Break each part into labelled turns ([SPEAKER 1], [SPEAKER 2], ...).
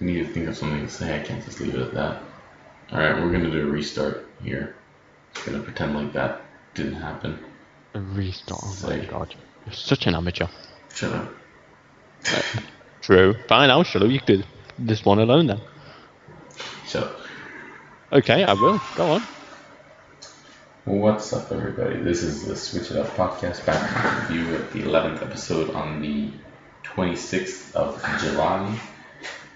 [SPEAKER 1] I need to think of something to say. I can't just leave it at that. All right, we're gonna do a restart here. Just gonna pretend like that didn't happen.
[SPEAKER 2] A restart. Oh my
[SPEAKER 1] Say.
[SPEAKER 2] god. You're such an amateur.
[SPEAKER 1] Shut up.
[SPEAKER 2] True. Fine, I'll shut up. You could this one alone then.
[SPEAKER 1] Shut up.
[SPEAKER 2] Okay, I will. Go on.
[SPEAKER 1] Well, what's up, everybody? This is the Switch It Up podcast back with you with the 11th episode on the 26th of July.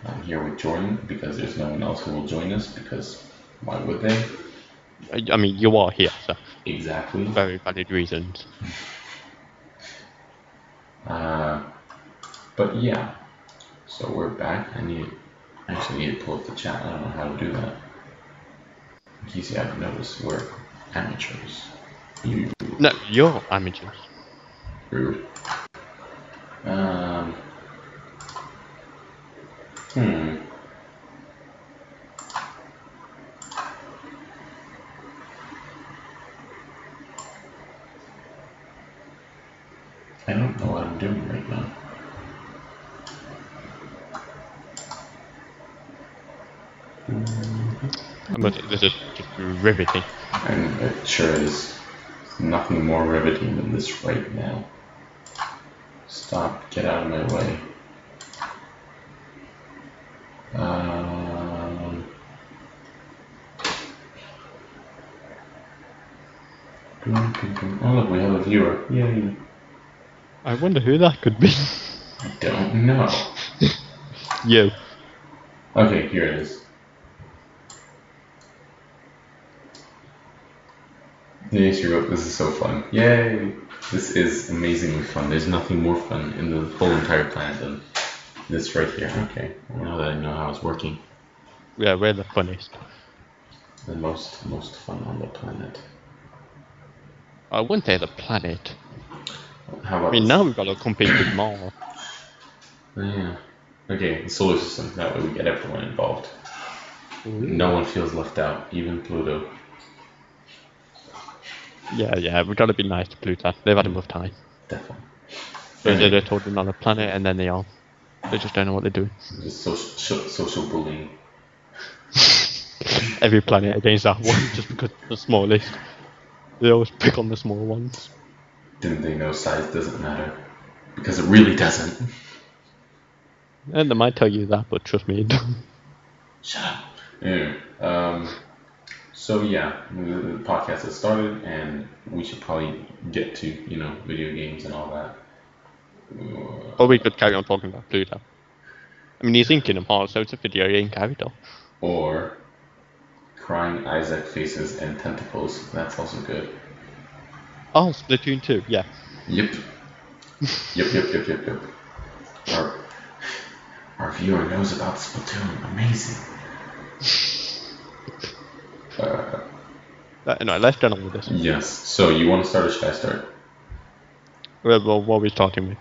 [SPEAKER 1] I'm here with Jordan because there's no one else who will join us because why would they?
[SPEAKER 2] I, I mean, you are here, so
[SPEAKER 1] Exactly.
[SPEAKER 2] very valid reasons.
[SPEAKER 1] Uh, but yeah, so we're back. I need I actually need to pull up the chat. I don't know how to do that. In case you haven't noticed, we're amateurs. You
[SPEAKER 2] No, you're amateurs.
[SPEAKER 1] rude. Um. Hmm. I don't know what I'm doing right now.
[SPEAKER 2] But this is just riveting.
[SPEAKER 1] And it sure is nothing more riveting than this right now. Stop, get out of my way. Um, dum, dum, dum. Oh, look, we have a viewer. Yay.
[SPEAKER 2] I wonder who that could be.
[SPEAKER 1] I don't know.
[SPEAKER 2] you.
[SPEAKER 1] Okay, here it is. Yes, you wrote, this is so fun. Yay! This is amazingly fun. There's nothing more fun in the whole entire planet than this right here. Okay, now that I know how it's working,
[SPEAKER 2] Yeah, we're the funniest.
[SPEAKER 1] the most most fun on the planet.
[SPEAKER 2] I wouldn't say the planet.
[SPEAKER 1] How about
[SPEAKER 2] I mean,
[SPEAKER 1] this?
[SPEAKER 2] now we've got to compete with Mars.
[SPEAKER 1] Yeah. Okay, the solar system. That way we get everyone involved. No one feels left out, even Pluto.
[SPEAKER 2] Yeah, yeah, we've got to be nice to Pluto. They've had enough time.
[SPEAKER 1] Definitely.
[SPEAKER 2] They- they- They're told they're not a planet, and then they are. They just don't know what they're doing.
[SPEAKER 1] Just social, social bullying.
[SPEAKER 2] Every planet against that one, just because it's the smallest. They always pick on the small ones.
[SPEAKER 1] Didn't they know size doesn't matter? Because it really doesn't.
[SPEAKER 2] And they might tell you that, but trust me, it don't.
[SPEAKER 1] Shut up. Anyway, um, so yeah, the, the podcast has started, and we should probably get to you know video games and all that. Uh,
[SPEAKER 2] Or we could carry on talking about Pluto. I mean, he's in Kingdom Hearts, so it's a video game character.
[SPEAKER 1] Or crying Isaac faces and tentacles. That's also good.
[SPEAKER 2] Oh, Splatoon 2, yeah.
[SPEAKER 1] Yep. Yep. Yep. Yep. Yep. Yep. Our, our viewer knows about Splatoon. Amazing. Uh,
[SPEAKER 2] Uh, no, let's get on with this.
[SPEAKER 1] Yes. So you want to start or should I start?
[SPEAKER 2] Well, well, what are we starting with?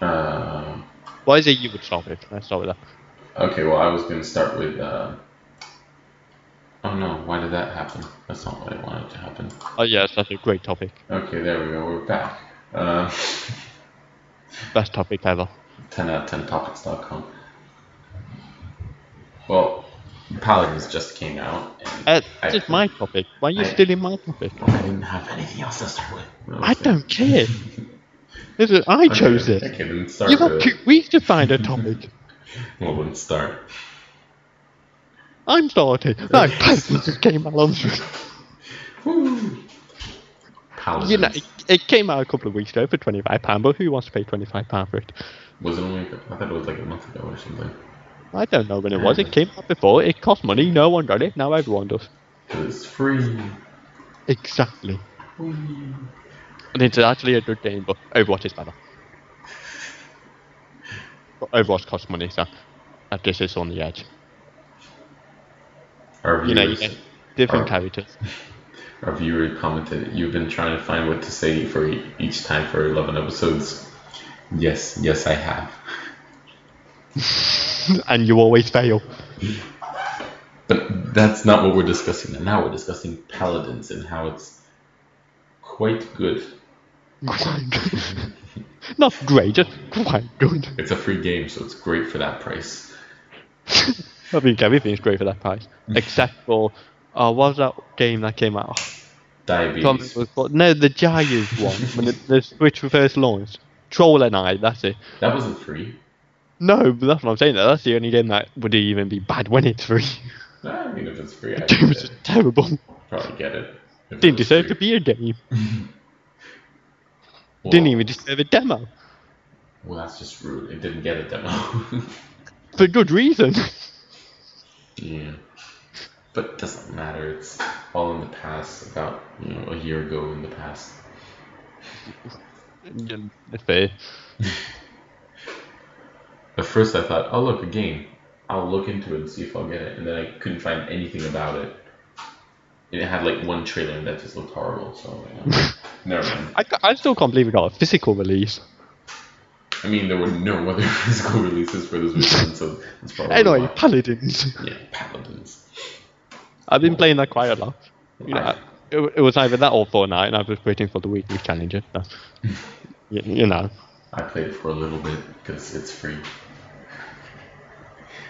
[SPEAKER 1] Uh,
[SPEAKER 2] Why is it you would start with? Let's start with that.
[SPEAKER 1] okay. Well, I was going to start with. Uh, oh no! Why did that happen? That's not what I wanted to happen.
[SPEAKER 2] Oh, yes, that's a great topic.
[SPEAKER 1] Okay, there we go. We're back. Uh,
[SPEAKER 2] Best topic ever.
[SPEAKER 1] 10 out of 10 topics.com. Well, Paladins just came out, and
[SPEAKER 2] Uh,
[SPEAKER 1] I-
[SPEAKER 2] this is my topic. Why are you
[SPEAKER 1] I-
[SPEAKER 2] stealing my topic?
[SPEAKER 1] I didn't have anything else to start with.
[SPEAKER 2] I don't care. This is, I
[SPEAKER 1] Okay,
[SPEAKER 2] chose this.
[SPEAKER 1] Okay, then start
[SPEAKER 2] You've
[SPEAKER 1] with
[SPEAKER 2] got two
[SPEAKER 1] it.
[SPEAKER 2] weeks to find a topic.
[SPEAKER 1] Well, then start.
[SPEAKER 2] I'm starting. No, Paladins came out on.
[SPEAKER 1] Woo! Paladins.
[SPEAKER 2] You know, it, it came out a couple of weeks ago for £25, but who wants to pay £25 for it?
[SPEAKER 1] Was it only? I thought it was like a month ago or something.
[SPEAKER 2] I don't know when it was. It came out before. It cost money. No one got it. Now everyone does.
[SPEAKER 1] Cause it's free.
[SPEAKER 2] Exactly.
[SPEAKER 1] Whee.
[SPEAKER 2] And it's actually a good game, but Overwatch is better. But Overwatch costs money, so I guess it's on the edge.
[SPEAKER 1] Our
[SPEAKER 2] You know,
[SPEAKER 1] viewers,
[SPEAKER 2] you know different
[SPEAKER 1] Or-
[SPEAKER 2] characters.
[SPEAKER 1] our viewer commented, "You've been trying to find what to say for e- each time for eleven episodes." Yes, yes, I have.
[SPEAKER 2] and you always fail.
[SPEAKER 1] But that's not what we're discussing. now we're discussing paladins and how it's quite good.
[SPEAKER 2] Quite good. Not great, just quite good.
[SPEAKER 1] It's a free game, so it's great for that price.
[SPEAKER 2] I think everything's great for that price, except for oh, what was that game that came out? Tom
[SPEAKER 1] Diabetes.
[SPEAKER 2] was called- no, the Giants one when the, the Switch was first launched. Troll and I, that's it.
[SPEAKER 1] That wasn't free.
[SPEAKER 2] No, but that's what I'm saying. though. That's the only game that would even be bad when it's free.
[SPEAKER 1] I mean, if it's free, I
[SPEAKER 2] It
[SPEAKER 1] could
[SPEAKER 2] was
[SPEAKER 1] get it.
[SPEAKER 2] just terrible.
[SPEAKER 1] probably get it. If it
[SPEAKER 2] Didn't
[SPEAKER 1] was
[SPEAKER 2] deserve to
[SPEAKER 1] free.
[SPEAKER 2] be a game.
[SPEAKER 1] Well-
[SPEAKER 2] Didn't even deserve a demo
[SPEAKER 1] Well, that's just rude. It didn't get a demo.
[SPEAKER 2] for good reason.
[SPEAKER 1] yeah. But it doesn't matter. It's all in the past. About you know a year ago in the past.
[SPEAKER 2] It's fair.
[SPEAKER 1] At first, I thought, oh look, a game. I'll look into it and see if I'll get it. And then I couldn't find anything about it. And it had like one trailer, and that just looked horrible. So you know, never mind.
[SPEAKER 2] I, ca- I still can't believe we got a physical release.
[SPEAKER 1] I mean, there were no other physical releases for this weekend, so it's probably
[SPEAKER 2] Anyway,
[SPEAKER 1] why.
[SPEAKER 2] Paladins.
[SPEAKER 1] yeah, Paladins.
[SPEAKER 2] I've been playing that quite a lot. You know, I- it, wa- it was either that or Fortnite, and I was waiting for the weekly challenger. So, you, you know,
[SPEAKER 1] I played it for a little bit because it's free.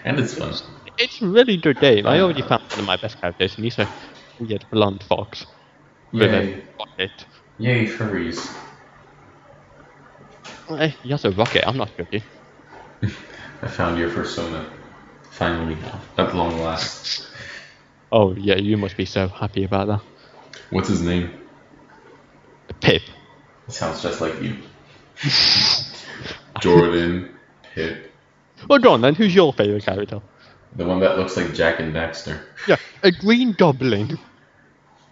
[SPEAKER 1] And it's fun.
[SPEAKER 2] it's a really good game. I already found one of my best characters, and he's a weird blonde fox with
[SPEAKER 1] Yay.
[SPEAKER 2] a rocket.
[SPEAKER 1] Yay, furries.
[SPEAKER 2] Eh, He has a rocket. I'm not joking.
[SPEAKER 1] I found your persona. Finally, at long last.
[SPEAKER 2] Oh yeah, you must be so happy about that.
[SPEAKER 1] What's his name?
[SPEAKER 2] Pip.
[SPEAKER 1] It sounds just like you. Jordan Pip.
[SPEAKER 2] Well, go on then. Who's your favorite character?
[SPEAKER 1] The one that looks like Jack and Daxter.
[SPEAKER 2] Yeah, a green goblin.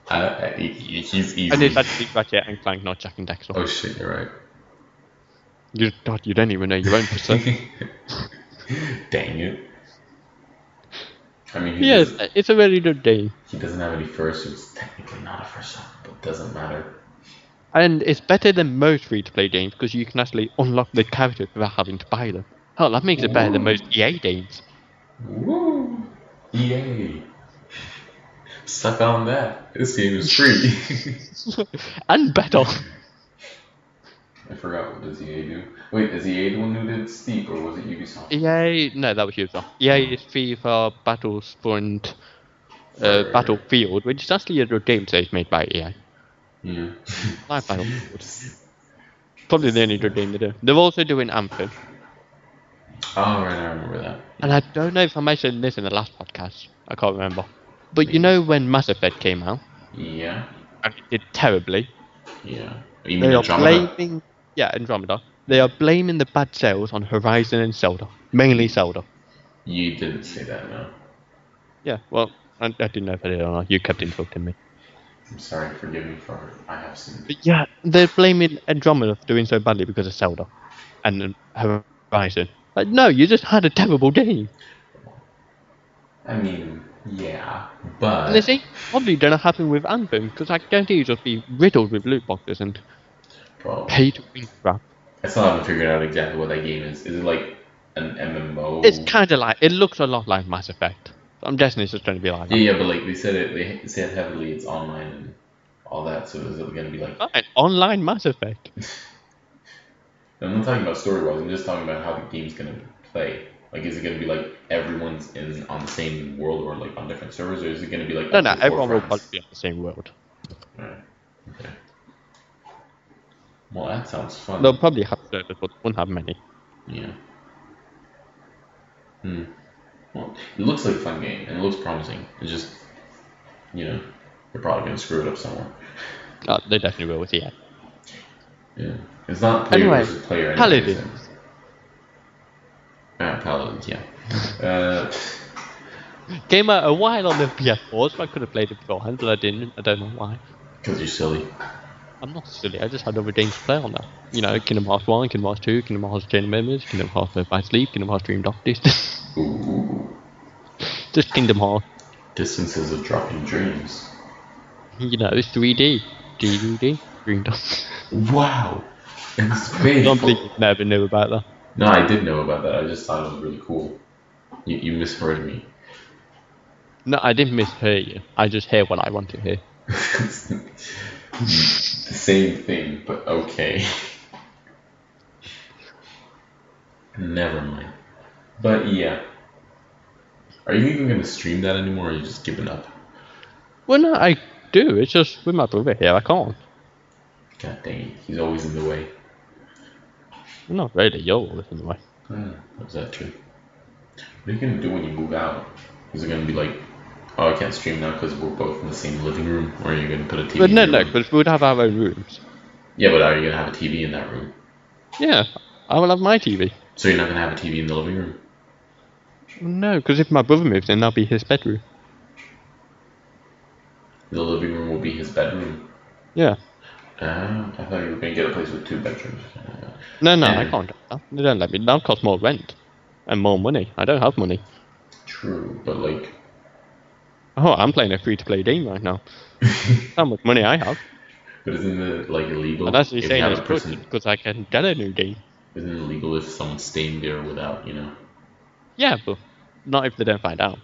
[SPEAKER 1] I, I, he- he's easy.
[SPEAKER 2] And it's actually Ratchet and Clank, not Jack and Dexter.
[SPEAKER 1] oh shit, you're right.
[SPEAKER 2] You, God, you don't even know your own person.
[SPEAKER 1] Dang it. I mean, he,
[SPEAKER 2] yes,
[SPEAKER 1] doesn't,
[SPEAKER 2] it's a very good game.
[SPEAKER 1] he doesn't have any fursuits. Technically not a fursuit, but doesn't matter.
[SPEAKER 2] And it's better than most free to play games because you can actually unlock the characters without having to buy them. Hell, that makes it better than most EA games.
[SPEAKER 1] Woo! Yay! Suck on that. This game is free.
[SPEAKER 2] and better.
[SPEAKER 1] I forgot what does EA do. Wait, is EA the one who did Steep or was it
[SPEAKER 2] Uh,
[SPEAKER 1] Ubisoft?
[SPEAKER 2] EA, E no, that was Ubisoft. EA is FIFA Battle Sprint, uh,
[SPEAKER 1] Right.
[SPEAKER 2] Battlefield, which is actually a good game that is made by EA.
[SPEAKER 1] Yeah.
[SPEAKER 2] I like Battlefield. Probably the only good game they do. They're also doing Anthem.
[SPEAKER 1] Oh right, I remember that.
[SPEAKER 2] And I don't know if I mentioned this in the last podcast. I can't remember. But you know when Mass Effect came out,
[SPEAKER 1] Yeah.
[SPEAKER 2] and it did terribly.
[SPEAKER 1] Yeah. Oh, You mean
[SPEAKER 2] They are
[SPEAKER 1] Andromeda?
[SPEAKER 2] blaming yeah Andromeda. They are blaming the bad sales on Horizon and Zelda, mainly Zelda.
[SPEAKER 1] You didn't say that, no.
[SPEAKER 2] Yeah, well, I, I didn't know if I did or not. You kept interrupting me.
[SPEAKER 1] I'm sorry, forgive me for I have seen
[SPEAKER 2] But yeah, they're blaming Andromeda for doing so badly because of Zelda and then Horizon. Like, no, you just had a terrible game.
[SPEAKER 1] I mean, yeah.
[SPEAKER 2] And this
[SPEAKER 1] But
[SPEAKER 2] ain't probably gonna happen with Anthem because I guarantee you just be riddled with loot boxes and
[SPEAKER 1] well,
[SPEAKER 2] pay to win crap.
[SPEAKER 1] I still haven't figured out exactly what that game is. Is it like an MMO?
[SPEAKER 2] It's kind of like it looks a lot like Mass Effect. I'm guessing it's just going to be like
[SPEAKER 1] yeah,
[SPEAKER 2] that.
[SPEAKER 1] yeah, but like they said it they said heavily it's online and all that, so is it gonna be like
[SPEAKER 2] Fine, online Mass Effect.
[SPEAKER 1] I'm not talking about story wise. I'm just talking about how the game's gonna play. Like, is it gonna be like everyone's in on the same world or like on different servers, or is it gonna be like
[SPEAKER 2] No,
[SPEAKER 1] up
[SPEAKER 2] no,
[SPEAKER 1] to four
[SPEAKER 2] everyone will
[SPEAKER 1] friends?
[SPEAKER 2] probably be on the same world.
[SPEAKER 1] Alright, Okay. Well, that sounds fun.
[SPEAKER 2] They'll probably have servers, but won't have many.
[SPEAKER 1] Yeah. Hmm. Well, it looks like a fun game and it looks promising. It's just, you know, you're probably gonna screw it up somewhere.
[SPEAKER 2] No, Uh, they definitely will with EA.
[SPEAKER 1] Yeah. It's not player
[SPEAKER 2] Anyway,
[SPEAKER 1] versus player. anyway,
[SPEAKER 2] Paladins.
[SPEAKER 1] so- Ah, paladins. Yeah. Uh.
[SPEAKER 2] Came out a while on the PS4, so I could have played it beforehand, but I didn't. I don't know why.
[SPEAKER 1] Because you're silly.
[SPEAKER 2] I'm not silly. I just had other games to play on that. You know, Kingdom Hearts One, Kingdom Hearts Two, Kingdom Hearts Chain of Memories, Kingdom Hearts Birth by Sleep, Kingdom Hearts Dream Doctors.
[SPEAKER 1] Ooh.
[SPEAKER 2] just Kingdom Hearts.
[SPEAKER 1] Distances of dropping dreams.
[SPEAKER 2] You know, it's 3D, DVD, Dream Doctors.
[SPEAKER 1] Wow. It's painful.
[SPEAKER 2] Don't believe you never knew about that.
[SPEAKER 1] No, I did know about that. I just thought it was really cool. You, you misheard me.
[SPEAKER 2] No, I didn't mishear you. I just hear what I want to hear.
[SPEAKER 1] It's the same thing, but okay. Never mind. But yeah. Are you even going to stream that anymore, or are you just giving up?
[SPEAKER 2] Well, no, I do. It's just with my brother here, I can't.
[SPEAKER 1] God dang it, he's always in the way.
[SPEAKER 2] Not really. You're always in the way.
[SPEAKER 1] Hmm, is that true? What are you going to do when you move out? Is it going to be like, oh, I can't stream now because we're both in the same living room, or are you going to put a TV
[SPEAKER 2] But
[SPEAKER 1] in
[SPEAKER 2] no,
[SPEAKER 1] your
[SPEAKER 2] no,
[SPEAKER 1] room?
[SPEAKER 2] but we would have our own rooms.
[SPEAKER 1] Yeah, but are you going to have a TV in that room?
[SPEAKER 2] Yeah, I will have my TV.
[SPEAKER 1] So you're not going to have a TV in the living room?
[SPEAKER 2] No, because if my brother moves in, that'll be his bedroom.
[SPEAKER 1] The living room will be his bedroom.
[SPEAKER 2] Yeah.
[SPEAKER 1] Ah, I thought you were going to get a place with two bedrooms. Uh,
[SPEAKER 2] No, no, I
[SPEAKER 1] Mm.
[SPEAKER 2] can't. do that. They don't let me. That'll cost more rent and more money. I don't have money.
[SPEAKER 1] true, but like,
[SPEAKER 2] Oh, I'm playing a free-to-play game right now. How much money I have?
[SPEAKER 1] but isn't it like illegal?
[SPEAKER 2] And that's you
[SPEAKER 1] if you
[SPEAKER 2] saying
[SPEAKER 1] have
[SPEAKER 2] it's
[SPEAKER 1] a
[SPEAKER 2] good
[SPEAKER 1] person-
[SPEAKER 2] because I can get a new game.
[SPEAKER 1] Isn't it illegal if someone's staying there without, you know?
[SPEAKER 2] Yeah, but not if they don't find out.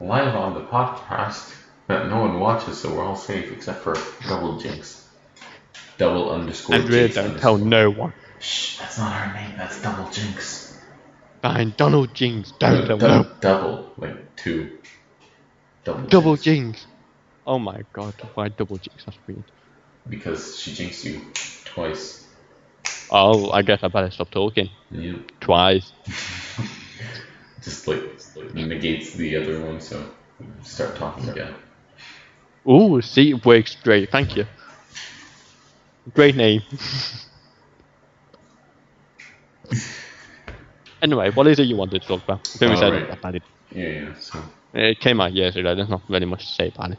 [SPEAKER 1] Live on the podcast that no one watches, so we're all safe except for double jinx. Double underscore
[SPEAKER 2] And really
[SPEAKER 1] jinx.
[SPEAKER 2] don't
[SPEAKER 1] underscore-
[SPEAKER 2] tell no one.
[SPEAKER 1] Shh, that's not our name, that's double jinx.
[SPEAKER 2] Fine, Donald Jings,
[SPEAKER 1] No,
[SPEAKER 2] don't tell
[SPEAKER 1] dou-
[SPEAKER 2] no.
[SPEAKER 1] Double, like two. Double.
[SPEAKER 2] Double
[SPEAKER 1] jinx.
[SPEAKER 2] Jings. Oh my god, why double Jings? That's weird.
[SPEAKER 1] Because she jinxed you twice.
[SPEAKER 2] Oh, I guess I better stop talking.
[SPEAKER 1] And you
[SPEAKER 2] Twice.
[SPEAKER 1] just like, like negates the other one, so start talking again.
[SPEAKER 2] Ooh, see, it works great. Thank you. Great name. anyway, what is it you wanted to talk about? I think we
[SPEAKER 1] All
[SPEAKER 2] said
[SPEAKER 1] right.
[SPEAKER 2] about it.
[SPEAKER 1] Yeah, yeah, so.
[SPEAKER 2] It came out years ago. There's not really much to say about it.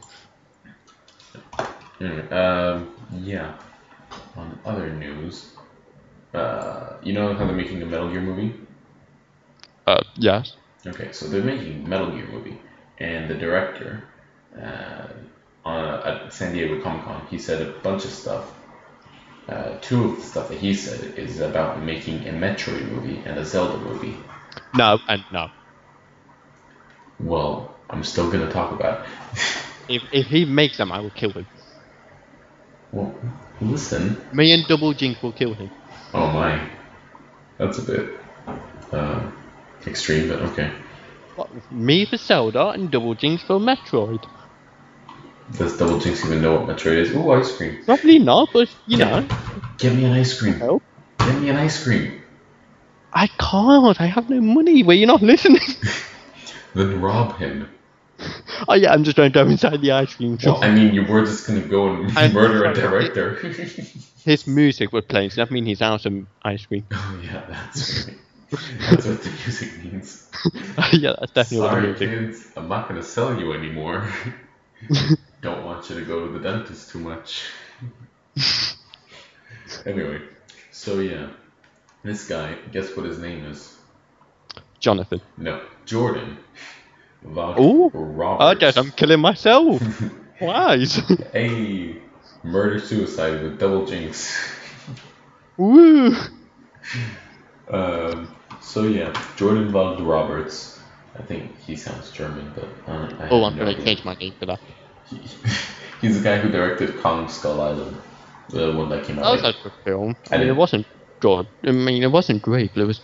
[SPEAKER 1] Anyway, um, yeah. On other news, uh, you know how they're making a Metal Gear movie?
[SPEAKER 2] Uh, yes.
[SPEAKER 1] Okay, so they're making a Metal Gear movie, and the director uh, on, at San Diego Comic Con, he said a bunch of stuff. Uh, two of the stuff that he said is about making a Metroid movie and a Zelda movie.
[SPEAKER 2] No, and no.
[SPEAKER 1] Well, I'm still gonna talk about. it.
[SPEAKER 2] If, if he makes them, I will kill him.
[SPEAKER 1] well, listen.
[SPEAKER 2] Me and Double Jinx will kill him.
[SPEAKER 1] Oh my, that's a bit uh, extreme, but okay.
[SPEAKER 2] What, me for Zelda and Double Jinx for Metroid.
[SPEAKER 1] Does Double Jinx even know what Metroid is? Ooh, ice cream.
[SPEAKER 2] Probably not, but you know.
[SPEAKER 1] Get me an ice cream.
[SPEAKER 2] No.
[SPEAKER 1] Get me an ice cream.
[SPEAKER 2] I can't. I have no money. Were you not listening?
[SPEAKER 1] Then rob him.
[SPEAKER 2] oh yeah, I'm just going to go inside the ice cream shop.
[SPEAKER 1] Well, I mean, you were just gonna go and
[SPEAKER 2] I-
[SPEAKER 1] murder a director.
[SPEAKER 2] His music was playing, so that means he's out of ice cream.
[SPEAKER 1] oh yeah, that's right. That's what the music means.
[SPEAKER 2] Oh, yeah, that's definitely what the
[SPEAKER 1] Sorry,
[SPEAKER 2] music.
[SPEAKER 1] kids. I'm not gonna sell you anymore. Don't want you to go to the dentist too much. anyway, so yeah, this guy. Guess what his name is?
[SPEAKER 2] Jonathan.
[SPEAKER 1] No, Jordan. Vaughn
[SPEAKER 2] Ooh. Oh,
[SPEAKER 1] Roberts.
[SPEAKER 2] Dad, I'm killing myself. Why?
[SPEAKER 1] Hey, murder suicide with double jinx.
[SPEAKER 2] Woo.
[SPEAKER 1] Um, so yeah, Jordan Vaughn Roberts. I think he sounds German, but uh, I
[SPEAKER 2] Oh,
[SPEAKER 1] have
[SPEAKER 2] I'm
[SPEAKER 1] no
[SPEAKER 2] going to
[SPEAKER 1] idea.
[SPEAKER 2] change my name for that.
[SPEAKER 1] He, he's the guy who directed Kong Skull Island, the one that came
[SPEAKER 2] That
[SPEAKER 1] out.
[SPEAKER 2] was a good film.
[SPEAKER 1] I
[SPEAKER 2] I mean, it
[SPEAKER 1] didn't-
[SPEAKER 2] wasn't good. I mean, it wasn't great, but it was
[SPEAKER 1] it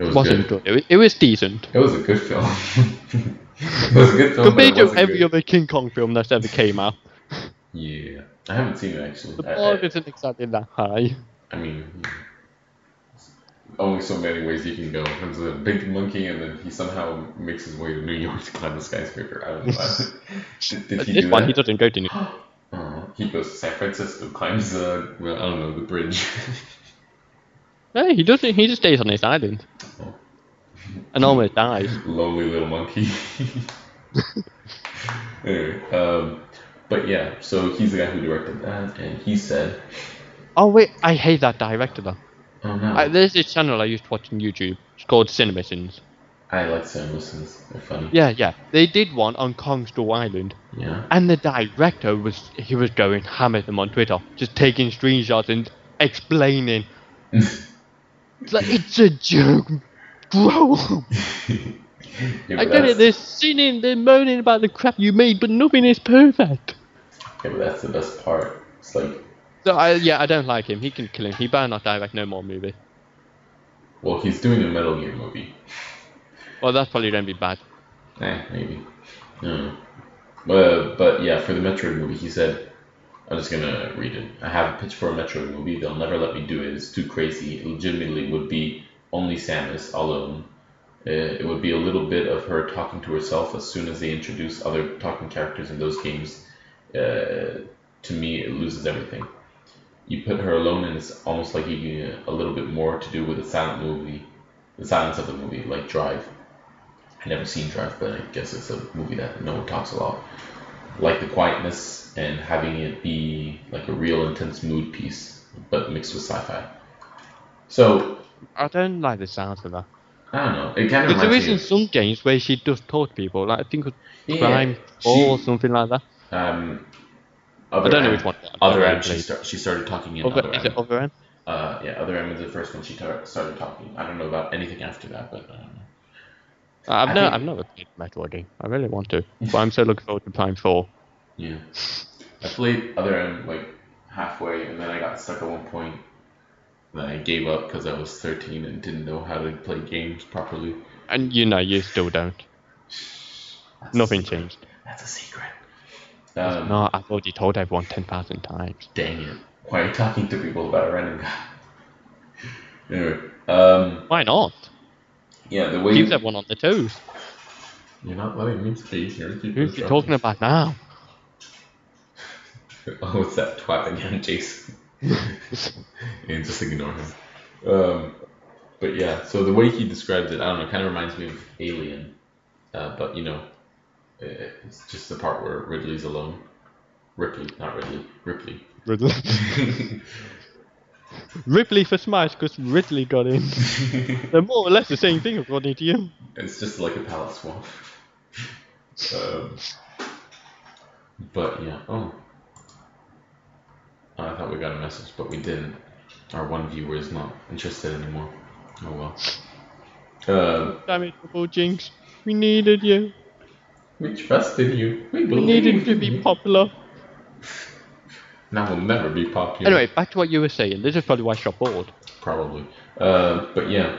[SPEAKER 2] it
[SPEAKER 1] was
[SPEAKER 2] wasn't
[SPEAKER 1] good.
[SPEAKER 2] good. It was, it was decent.
[SPEAKER 1] It was a good film. it was a good film. but it
[SPEAKER 2] Compared to
[SPEAKER 1] wasn't
[SPEAKER 2] every
[SPEAKER 1] good.
[SPEAKER 2] other King Kong film that's ever came out,
[SPEAKER 1] Yeah, I haven't seen it actually.
[SPEAKER 2] the
[SPEAKER 1] I-
[SPEAKER 2] bar
[SPEAKER 1] I-
[SPEAKER 2] isn't exactly that high.
[SPEAKER 1] I mean, only so many ways you can go. There's a big monkey, and then he somehow makes his way to New York to climb the skyscraper. I don't know. why. did, did
[SPEAKER 2] At
[SPEAKER 1] he
[SPEAKER 2] this
[SPEAKER 1] do
[SPEAKER 2] one,
[SPEAKER 1] that?
[SPEAKER 2] he doesn't go to New
[SPEAKER 1] Oh, he goes to San Francisco, climbs the well, I don't know the bridge.
[SPEAKER 2] No, he doesn't. He just stays on his island and almost dies.
[SPEAKER 1] Lonely little monkey. anyway, um, but yeah, so he's the guy who directed that, and he said,
[SPEAKER 2] Oh wait, I hate that director though.
[SPEAKER 1] "Oh no,
[SPEAKER 2] I,
[SPEAKER 1] I,
[SPEAKER 2] Uh, there's this channel I used to watch on YouTube. It's called Cinemissions.
[SPEAKER 1] like Sam Wilson's. They're funny."
[SPEAKER 2] Yeah, yeah. They did one on Kongstow Island,
[SPEAKER 1] yeah.
[SPEAKER 2] and the director was he was going ham at them on Twitter, just taking screenshots and explaining. it's like it's a joke. Grow up.
[SPEAKER 1] Yeah, but
[SPEAKER 2] I get
[SPEAKER 1] that's-
[SPEAKER 2] it. They're singing, they're moaning about the crap you made, but nothing is perfect.
[SPEAKER 1] Yeah, but that's the best part. It's like,
[SPEAKER 2] So I, yeah, I don't like him. He can kill him. He better not direct no more movie.
[SPEAKER 1] well, he's doing a Metal Gear movie.
[SPEAKER 2] Well, that's probably going to be bad.
[SPEAKER 1] Eh, maybe. Mm. But, but yeah, for the Metroid movie, he said, I'm just gonna read it. I have a pitch for a Metroid movie. They'll never let me do it. It's too crazy. It legitimately would be only Samus alone. Uh, It would be a little bit of her talking to herself as soon as they introduce other talking characters in those games. Uh, to me, it loses everything. You put her alone, and it's almost like you get a little bit more to do with the silent movie, the silence of the movie, like Drive. I never seen Drive, but I guess it's a movie that no one talks about. Like the quietness and having it be like a real intense mood piece, but mixed with sci-fi. So
[SPEAKER 2] I don't like the sound of that.
[SPEAKER 1] I don't know. It kind of
[SPEAKER 2] Because there
[SPEAKER 1] reminds
[SPEAKER 2] is
[SPEAKER 1] me.
[SPEAKER 2] in
[SPEAKER 1] Of,
[SPEAKER 2] some games where she does talk to people. Like I think it was
[SPEAKER 1] Yeah,
[SPEAKER 2] Crime
[SPEAKER 1] she-
[SPEAKER 2] Four or something like that.
[SPEAKER 1] um,
[SPEAKER 2] I
[SPEAKER 1] other
[SPEAKER 2] don't know
[SPEAKER 1] M-
[SPEAKER 2] which one.
[SPEAKER 1] Other
[SPEAKER 2] M,
[SPEAKER 1] M, she,
[SPEAKER 2] please.
[SPEAKER 1] start, she started talking in
[SPEAKER 2] Other,
[SPEAKER 1] other
[SPEAKER 2] is
[SPEAKER 1] M.
[SPEAKER 2] it other M?
[SPEAKER 1] Uh, yeah, other M is the first one she tar- started talking. I don't know about anything after that, but uh, I don't know.
[SPEAKER 2] I've
[SPEAKER 1] I
[SPEAKER 2] never,
[SPEAKER 1] think-
[SPEAKER 2] I've never played Metroid game. I really want to, but I'm so looking forward to Prime Four.
[SPEAKER 1] Yeah. I played other end like halfway, and then I got stuck at one point. Then I gave up because I was 13 and didn't know how to play games properly.
[SPEAKER 2] And you know, you still don't.
[SPEAKER 1] That's
[SPEAKER 2] Nothing changed.
[SPEAKER 1] That's a secret. Um,
[SPEAKER 2] No, I've already told everyone ten thousand times.
[SPEAKER 1] Dang it. Why are you talking to people about a random guy? anyway, um,
[SPEAKER 2] Why not?
[SPEAKER 1] yeah, the way
[SPEAKER 2] Keep
[SPEAKER 1] you,
[SPEAKER 2] everyone on the toes.
[SPEAKER 1] you're not letting me speak. You're keep
[SPEAKER 2] Who's you talking about now?
[SPEAKER 1] Oh, it's that twat again, Jason. and just ignore him. Um, but yeah, so the way he describes it, I don't know, kind of reminds me of Alien. Uh, but you know, uh, it's just the part where Ridley's alone. Ripley, not Ridley. Ripley.
[SPEAKER 2] Ridley, Ripley for Smash because Ridley got in. They're more or less the same thing according to you.
[SPEAKER 1] it's just like a palette swap. um, but yeah, oh. I thought we got a message, but we didn't. Our one viewer is not interested anymore. Oh well. Um,
[SPEAKER 2] Damn it, Double Jinx. We needed you.
[SPEAKER 1] We trusted you. We
[SPEAKER 2] We needed to be popular.
[SPEAKER 1] Now we'll never be popular.
[SPEAKER 2] Anyway, back to what you were saying. This is probably why she got bored.
[SPEAKER 1] Probably. Uh, but yeah,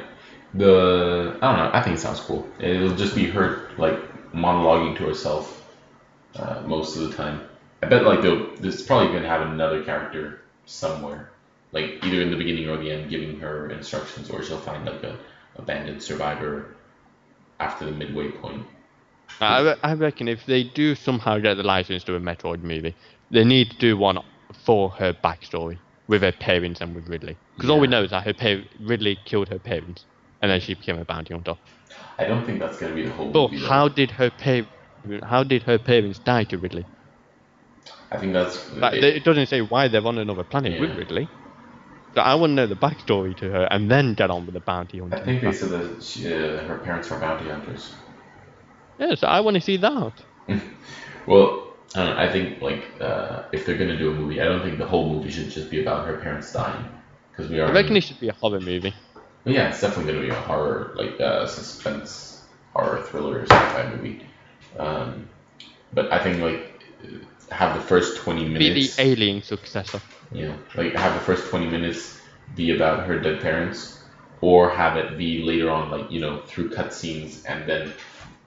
[SPEAKER 1] the I don't know. I think it sounds cool. It'll just be her like monologuing to herself uh, most of the time. I bet like they'll there's probably gonna have another character somewhere, like either in the beginning or the end, giving her instructions, or she'll find like a abandoned survivor after the midway point.
[SPEAKER 2] I, re- I reckon if they do somehow get the license to a Metroid movie, they need to do one for her backstory with her parents and with Ridley. Because all we
[SPEAKER 1] Yeah.
[SPEAKER 2] know is that her par- Ridley killed her parents and then she became a bounty hunter.
[SPEAKER 1] I don't think that's gonna be the whole
[SPEAKER 2] But
[SPEAKER 1] movie. though.
[SPEAKER 2] how did her par- how did her parents die to Ridley?
[SPEAKER 1] I think that's
[SPEAKER 2] Like, they- it doesn't say why they're on another planet with
[SPEAKER 1] Yeah.
[SPEAKER 2] Ridley. So I want to know the backstory to her and then get on with the bounty
[SPEAKER 1] I
[SPEAKER 2] hunting.
[SPEAKER 1] think they said that she, uh, her parents were bounty hunters.
[SPEAKER 2] Yeah, so I want to see that.
[SPEAKER 1] Well, I don't know. I think like uh, if they're gonna do a movie, I don't think the whole movie should just be about her parents dying, because we
[SPEAKER 2] I
[SPEAKER 1] are.
[SPEAKER 2] reckon it should be a horror movie.
[SPEAKER 1] yeah, it's definitely gonna be a horror, like uh, suspense, horror thriller, or sci-fi movie. Um, but I think like have the first twenty
[SPEAKER 2] Be
[SPEAKER 1] minutes.
[SPEAKER 2] the alien successor.
[SPEAKER 1] Yeah, like have the first 20 minutes be about her dead parents, or have it be later on, like, you know, through cutscenes and then,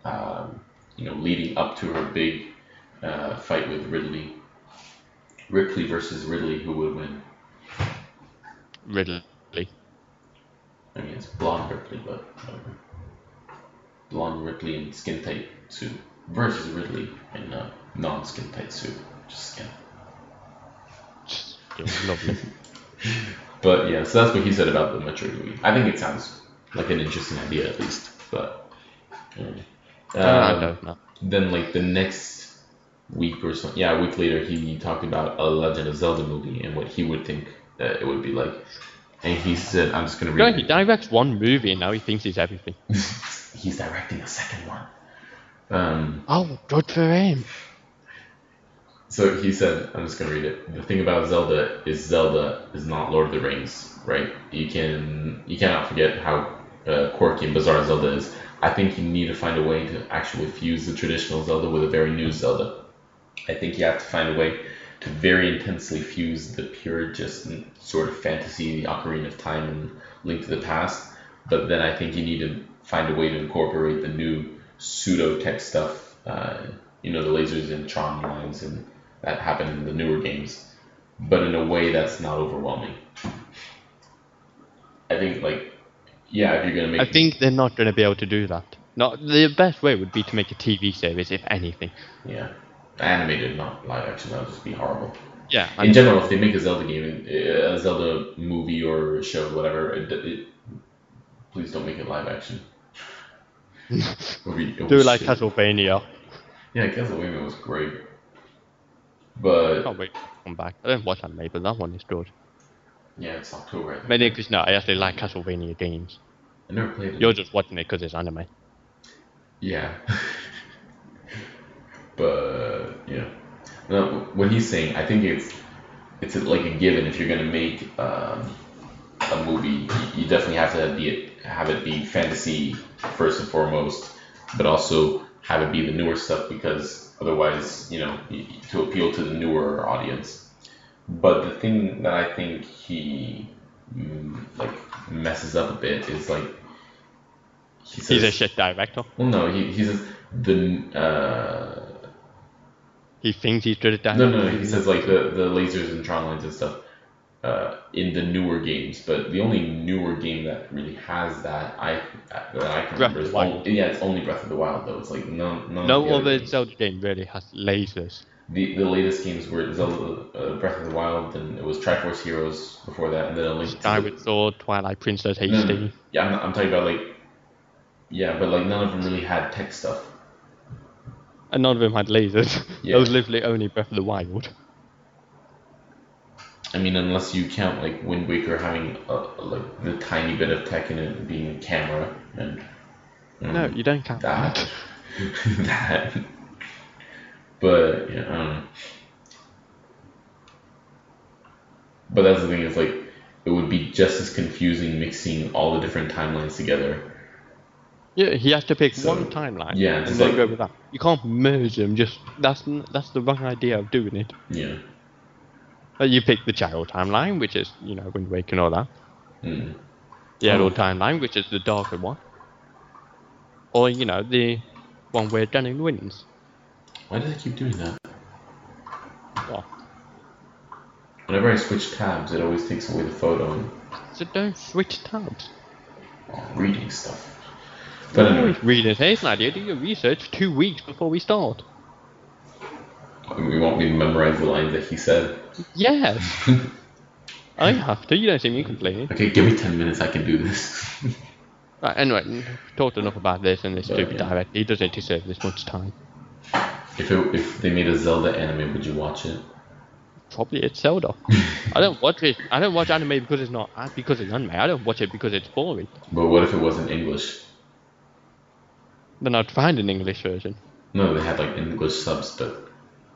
[SPEAKER 1] um, you know, leading up to her big uh, fight with Ridley. Ripley versus Ridley, who would win?
[SPEAKER 2] Ridley.
[SPEAKER 1] I mean, it's blonde Ripley, but whatever. Blonde Ripley in skin tight suit versus Ridley in a non skin tight suit, just skin.
[SPEAKER 2] Just lovely.
[SPEAKER 1] But yeah, so that's what he said about the Metroid movie. I think it sounds like an interesting idea at least. But um,
[SPEAKER 2] Uh, I don't know.
[SPEAKER 1] then like the next week or so, yeah, a week later, he talked about a Legend of Zelda movie and what he would think that it would be like. And he said, "I'm just gonna
[SPEAKER 2] You know,
[SPEAKER 1] read."
[SPEAKER 2] he
[SPEAKER 1] it."
[SPEAKER 2] directs one movie and now he thinks he's everything.
[SPEAKER 1] He's directing a second one. Um,
[SPEAKER 2] Oh, good for him.
[SPEAKER 1] so he said, "I'm just gonna read it." The thing about Zelda is Zelda is not Lord of the Rings, right? You can you cannot forget how uh, quirky and bizarre Zelda is. I think you need to find a way to actually fuse the traditional Zelda with a very new Zelda. I think you have to find a way to very intensely fuse the pure, just n- sort of fantasy, the Ocarina of Time, and Link to the Past. But then I think you need to find a way to incorporate the new pseudo tech stuff, uh, you know, the lasers and Tron lines and that happen in the newer games, but in a way that's not overwhelming. I think like, yeah, if you're gonna make
[SPEAKER 2] I think they're not going to be able to do that. Not the best way would be to make a TV series, if anything.
[SPEAKER 1] yeah, animated, not live action, that would just be horrible.
[SPEAKER 2] Yeah, I
[SPEAKER 1] in
[SPEAKER 2] mean,
[SPEAKER 1] general, if they make a Zelda game, uh, a Zelda movie or show, whatever, it, it, please don't make it live action. It would be- it would
[SPEAKER 2] do
[SPEAKER 1] be
[SPEAKER 2] like
[SPEAKER 1] shit.
[SPEAKER 2] Castlevania.
[SPEAKER 1] Yeah, Castlevania was great, but
[SPEAKER 2] Can't wait to come back. I don't watch anime, but that one is good.
[SPEAKER 1] yeah, it's October. I, think.
[SPEAKER 2] Mainly because no, I actually like Castlevania games.
[SPEAKER 1] I never played it.
[SPEAKER 2] You're just watching it because it's anime.
[SPEAKER 1] Yeah. but yeah, no, what he's saying, I think it's it's like a given. If you're gonna make um, a movie, you you definitely have to be it, have it be fantasy first and foremost, but also have it be the newer stuff because otherwise, you know, y- y- to appeal to the newer audience. But the thing that I think he mm, like messes up a bit is like he
[SPEAKER 2] He's a
[SPEAKER 1] says-
[SPEAKER 2] shit director.
[SPEAKER 1] well, no, he, he says the uh,
[SPEAKER 2] He thinks he's good at that.
[SPEAKER 1] no, no, he says like the, the lasers and Tron lines and stuff uh, in the newer games, but the only newer game that really has that I that I can
[SPEAKER 2] Breath
[SPEAKER 1] remember
[SPEAKER 2] of
[SPEAKER 1] is
[SPEAKER 2] the Wild.
[SPEAKER 1] only, yeah, it's only Breath of the Wild though. It's like no, no,
[SPEAKER 2] No other Zelda game really has lasers.
[SPEAKER 1] the the latest games were Zelda, uh, Breath of the Wild, and it was Triforce Heroes before that, and then a Link to the-
[SPEAKER 2] Skyward Sword, Twilight Princess
[SPEAKER 1] No, no,
[SPEAKER 2] HD.
[SPEAKER 1] no. Yeah, I'm, I'm talking about like yeah, but like none of them really had tech stuff.
[SPEAKER 2] And none of them had lasers.
[SPEAKER 1] Yeah.
[SPEAKER 2] Those literally only Breath of the Wild.
[SPEAKER 1] I mean, unless you count like Wind Waker having a, like the tiny bit of tech in it being camera and um,
[SPEAKER 2] No, you don't count that.
[SPEAKER 1] that that. But yeah, um, I don't know. But that's the thing is like it would be just as confusing mixing all the different timelines together.
[SPEAKER 2] Yeah, he has to pick
[SPEAKER 1] So,
[SPEAKER 2] one timeline.
[SPEAKER 1] yeah,
[SPEAKER 2] and
[SPEAKER 1] just
[SPEAKER 2] then
[SPEAKER 1] like-
[SPEAKER 2] go with that. You can't merge them. Just that's n- that's the wrong idea of doing it.
[SPEAKER 1] Yeah.
[SPEAKER 2] Like, you pick the child timeline, which is you know Wind Waker and all that.
[SPEAKER 1] Mm.
[SPEAKER 2] The adult timeline, which is the darker one. Or you know the one where Dunning wins.
[SPEAKER 1] Why does it keep doing that?
[SPEAKER 2] Well,
[SPEAKER 1] Whenever I switch tabs, it always takes away the photo and
[SPEAKER 2] so don't switch tabs.
[SPEAKER 1] oh, reading stuff. But anyway.
[SPEAKER 2] Read it. Hey, it's an idea. Do your research two weeks before we start.
[SPEAKER 1] You want me to memorize the lines that he said?
[SPEAKER 2] Yes. I have to. You don't see me complaining.
[SPEAKER 1] Okay, give me 10 minutes, I can do this.
[SPEAKER 2] Right, anyway, we've talked enough about this and this
[SPEAKER 1] Yeah,
[SPEAKER 2] stupid
[SPEAKER 1] yeah.
[SPEAKER 2] direct. He doesn't deserve this much time.
[SPEAKER 1] if, it, if they made a Zelda anime, would you watch it?
[SPEAKER 2] Probably it's Zelda. I don't watch it. I don't watch anime because it's not because it's anime. I don't watch it because it's boring.
[SPEAKER 1] But what if it wasn't English?
[SPEAKER 2] Then I'd find an English version.
[SPEAKER 1] No, they had like English subs, but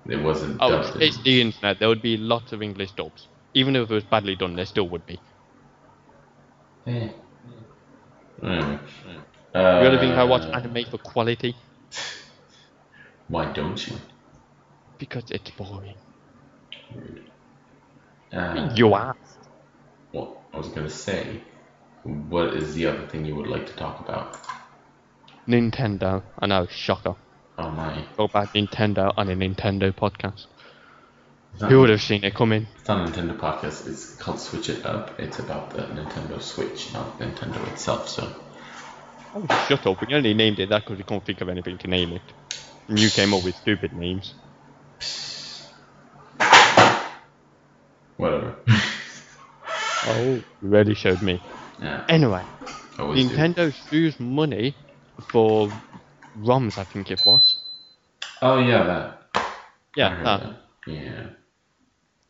[SPEAKER 1] it wasn't
[SPEAKER 2] Oh, it's,
[SPEAKER 1] dubbed. in.
[SPEAKER 2] it's the internet. There would be lots of English dubs. Even if it was badly done, there still would be.
[SPEAKER 1] Eh. Anyway.
[SPEAKER 2] You gotta think I watch
[SPEAKER 1] Uh,
[SPEAKER 2] anime for quality
[SPEAKER 1] Why don't you?
[SPEAKER 2] because it's boring.
[SPEAKER 1] Uh,
[SPEAKER 2] You are.
[SPEAKER 1] well, I was gonna say, what is the other thing you would like to talk about?
[SPEAKER 2] Nintendo. I know, shocker.
[SPEAKER 1] Oh my.
[SPEAKER 2] Talk about Nintendo on a Nintendo podcast.
[SPEAKER 1] It's not,
[SPEAKER 2] Who would have seen it coming?
[SPEAKER 1] it's not a Nintendo podcast, it's called Switch It Up. It's about the Nintendo Switch, not Nintendo itself, so.
[SPEAKER 2] Oh, shut up. We only named it that because we can't think of anything to name it. And you came up with stupid names.
[SPEAKER 1] Whatever.
[SPEAKER 2] Oh, you really showed me.
[SPEAKER 1] yeah,
[SPEAKER 2] Anyway,
[SPEAKER 1] always do.
[SPEAKER 2] Nintendo sues money for ROMs, I think it was.
[SPEAKER 1] Oh yeah, that. I
[SPEAKER 2] Yeah,
[SPEAKER 1] heard
[SPEAKER 2] that.
[SPEAKER 1] that. Yeah.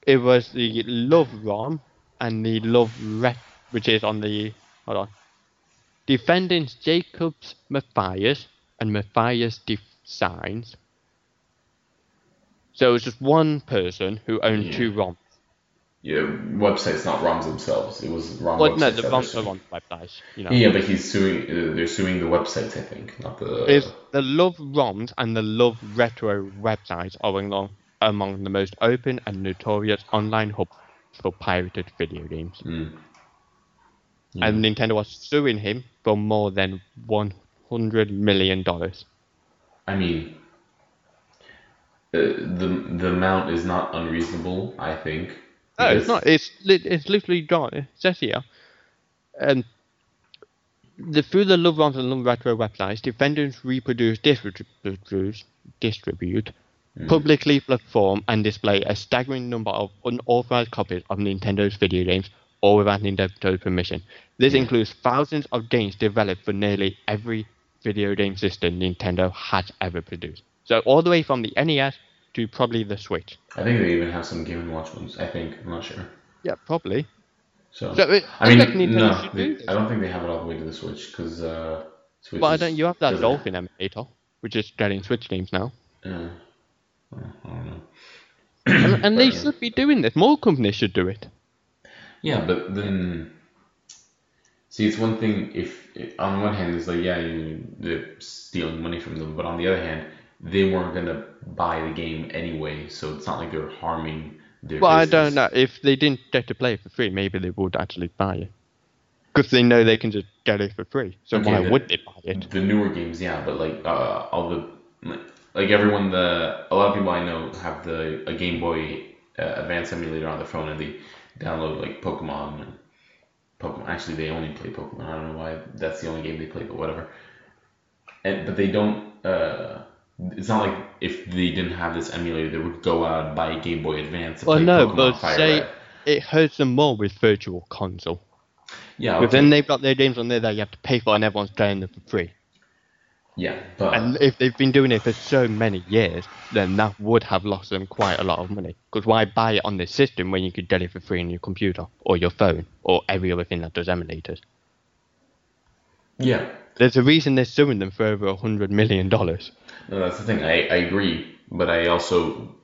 [SPEAKER 2] It was the Love ROM and the Love Ret, which is on the. Hold on. Defendants Jacobs Matthias and Matthias Def- Signs. So it's just one person who owned
[SPEAKER 1] Yeah.
[SPEAKER 2] two ROMs.
[SPEAKER 1] Yeah, websites, not ROMs themselves. It was ROM
[SPEAKER 2] Well, no,
[SPEAKER 1] websites
[SPEAKER 2] the
[SPEAKER 1] that
[SPEAKER 2] ROMs
[SPEAKER 1] were
[SPEAKER 2] are
[SPEAKER 1] suing.
[SPEAKER 2] on websites, you know.
[SPEAKER 1] Yeah, but he's suing. Uh, they're suing the websites, I think, not the.
[SPEAKER 2] is the love roms and the love retro websites are among, among the most open and notorious online hubs for pirated video games.
[SPEAKER 1] Mm.
[SPEAKER 2] And Nintendo was suing him for more than $100 million.
[SPEAKER 1] I mean, uh, the the amount is not unreasonable. I think.
[SPEAKER 2] No, it's
[SPEAKER 1] because-
[SPEAKER 2] not. It's li- it's literally gone. It says here, and the through the Love Roms and Love Retro websites, defendants reproduce, distribute, distribute, publicly perform and display a staggering number of unauthorized copies of Nintendo's video games, all without Nintendo's permission. This includes thousands of games developed for nearly every video game system Nintendo has ever produced. So all the way from the NES to probably the Switch.
[SPEAKER 1] I think they even have some Game and Watch ones. I think I'm not sure.
[SPEAKER 2] Yeah, probably.
[SPEAKER 1] So,
[SPEAKER 2] So it-
[SPEAKER 1] I mean,
[SPEAKER 2] I reckon Nintendo
[SPEAKER 1] no,
[SPEAKER 2] should
[SPEAKER 1] they-
[SPEAKER 2] do this.
[SPEAKER 1] I don't think they have it all the way to the Switch because uh, Switch.
[SPEAKER 2] Why
[SPEAKER 1] is-
[SPEAKER 2] don't you have that
[SPEAKER 1] doesn't-
[SPEAKER 2] dolphin emulator, which is getting Switch games now?
[SPEAKER 1] Yeah. Well, I don't know. Mm.
[SPEAKER 2] And, and they should be doing this. More companies should do it.
[SPEAKER 1] Yeah, but then see, it's one thing if if- on one hand it's like yeah, you, they're stealing money from them, but on the other hand, they weren't gonna buy the game anyway, so it's not like they're harming their.
[SPEAKER 2] Well, I
[SPEAKER 1] business.
[SPEAKER 2] don't know. If they didn't get to play it for free, maybe they would actually buy it. Because they know they can just get it for free. So
[SPEAKER 1] Okay,
[SPEAKER 2] why
[SPEAKER 1] the-
[SPEAKER 2] would they buy it?
[SPEAKER 1] The newer games, yeah, but like uh, all the like, like everyone, the a lot of people I know have the a Game Boy uh, Advance emulator on their phone, and they download like Pokemon. And Pokemon. Actually, they only play Pokemon. I don't know why that's the only game they play, but whatever. And but they don't. Uh, it's not like if they didn't have this emulator, they would go out and buy a Game Boy Advance. And
[SPEAKER 2] Well,
[SPEAKER 1] play
[SPEAKER 2] no,
[SPEAKER 1] Pokemon
[SPEAKER 2] but
[SPEAKER 1] Fire
[SPEAKER 2] say
[SPEAKER 1] Red.
[SPEAKER 2] it hurts them more with Virtual Console.
[SPEAKER 1] yeah,
[SPEAKER 2] But
[SPEAKER 1] okay.
[SPEAKER 2] then they've got their games on there that you have to pay for and everyone's getting them for free.
[SPEAKER 1] yeah, but
[SPEAKER 2] And if they've been doing it for so many years, then that would have lost them quite a lot of money. Because why buy it on this system when you could get it for free on your computer or your phone or every other thing that does emulators?
[SPEAKER 1] yeah,
[SPEAKER 2] There's a reason they're suing them for over a hundred million dollars.
[SPEAKER 1] no, that's the thing. I, I agree, but I also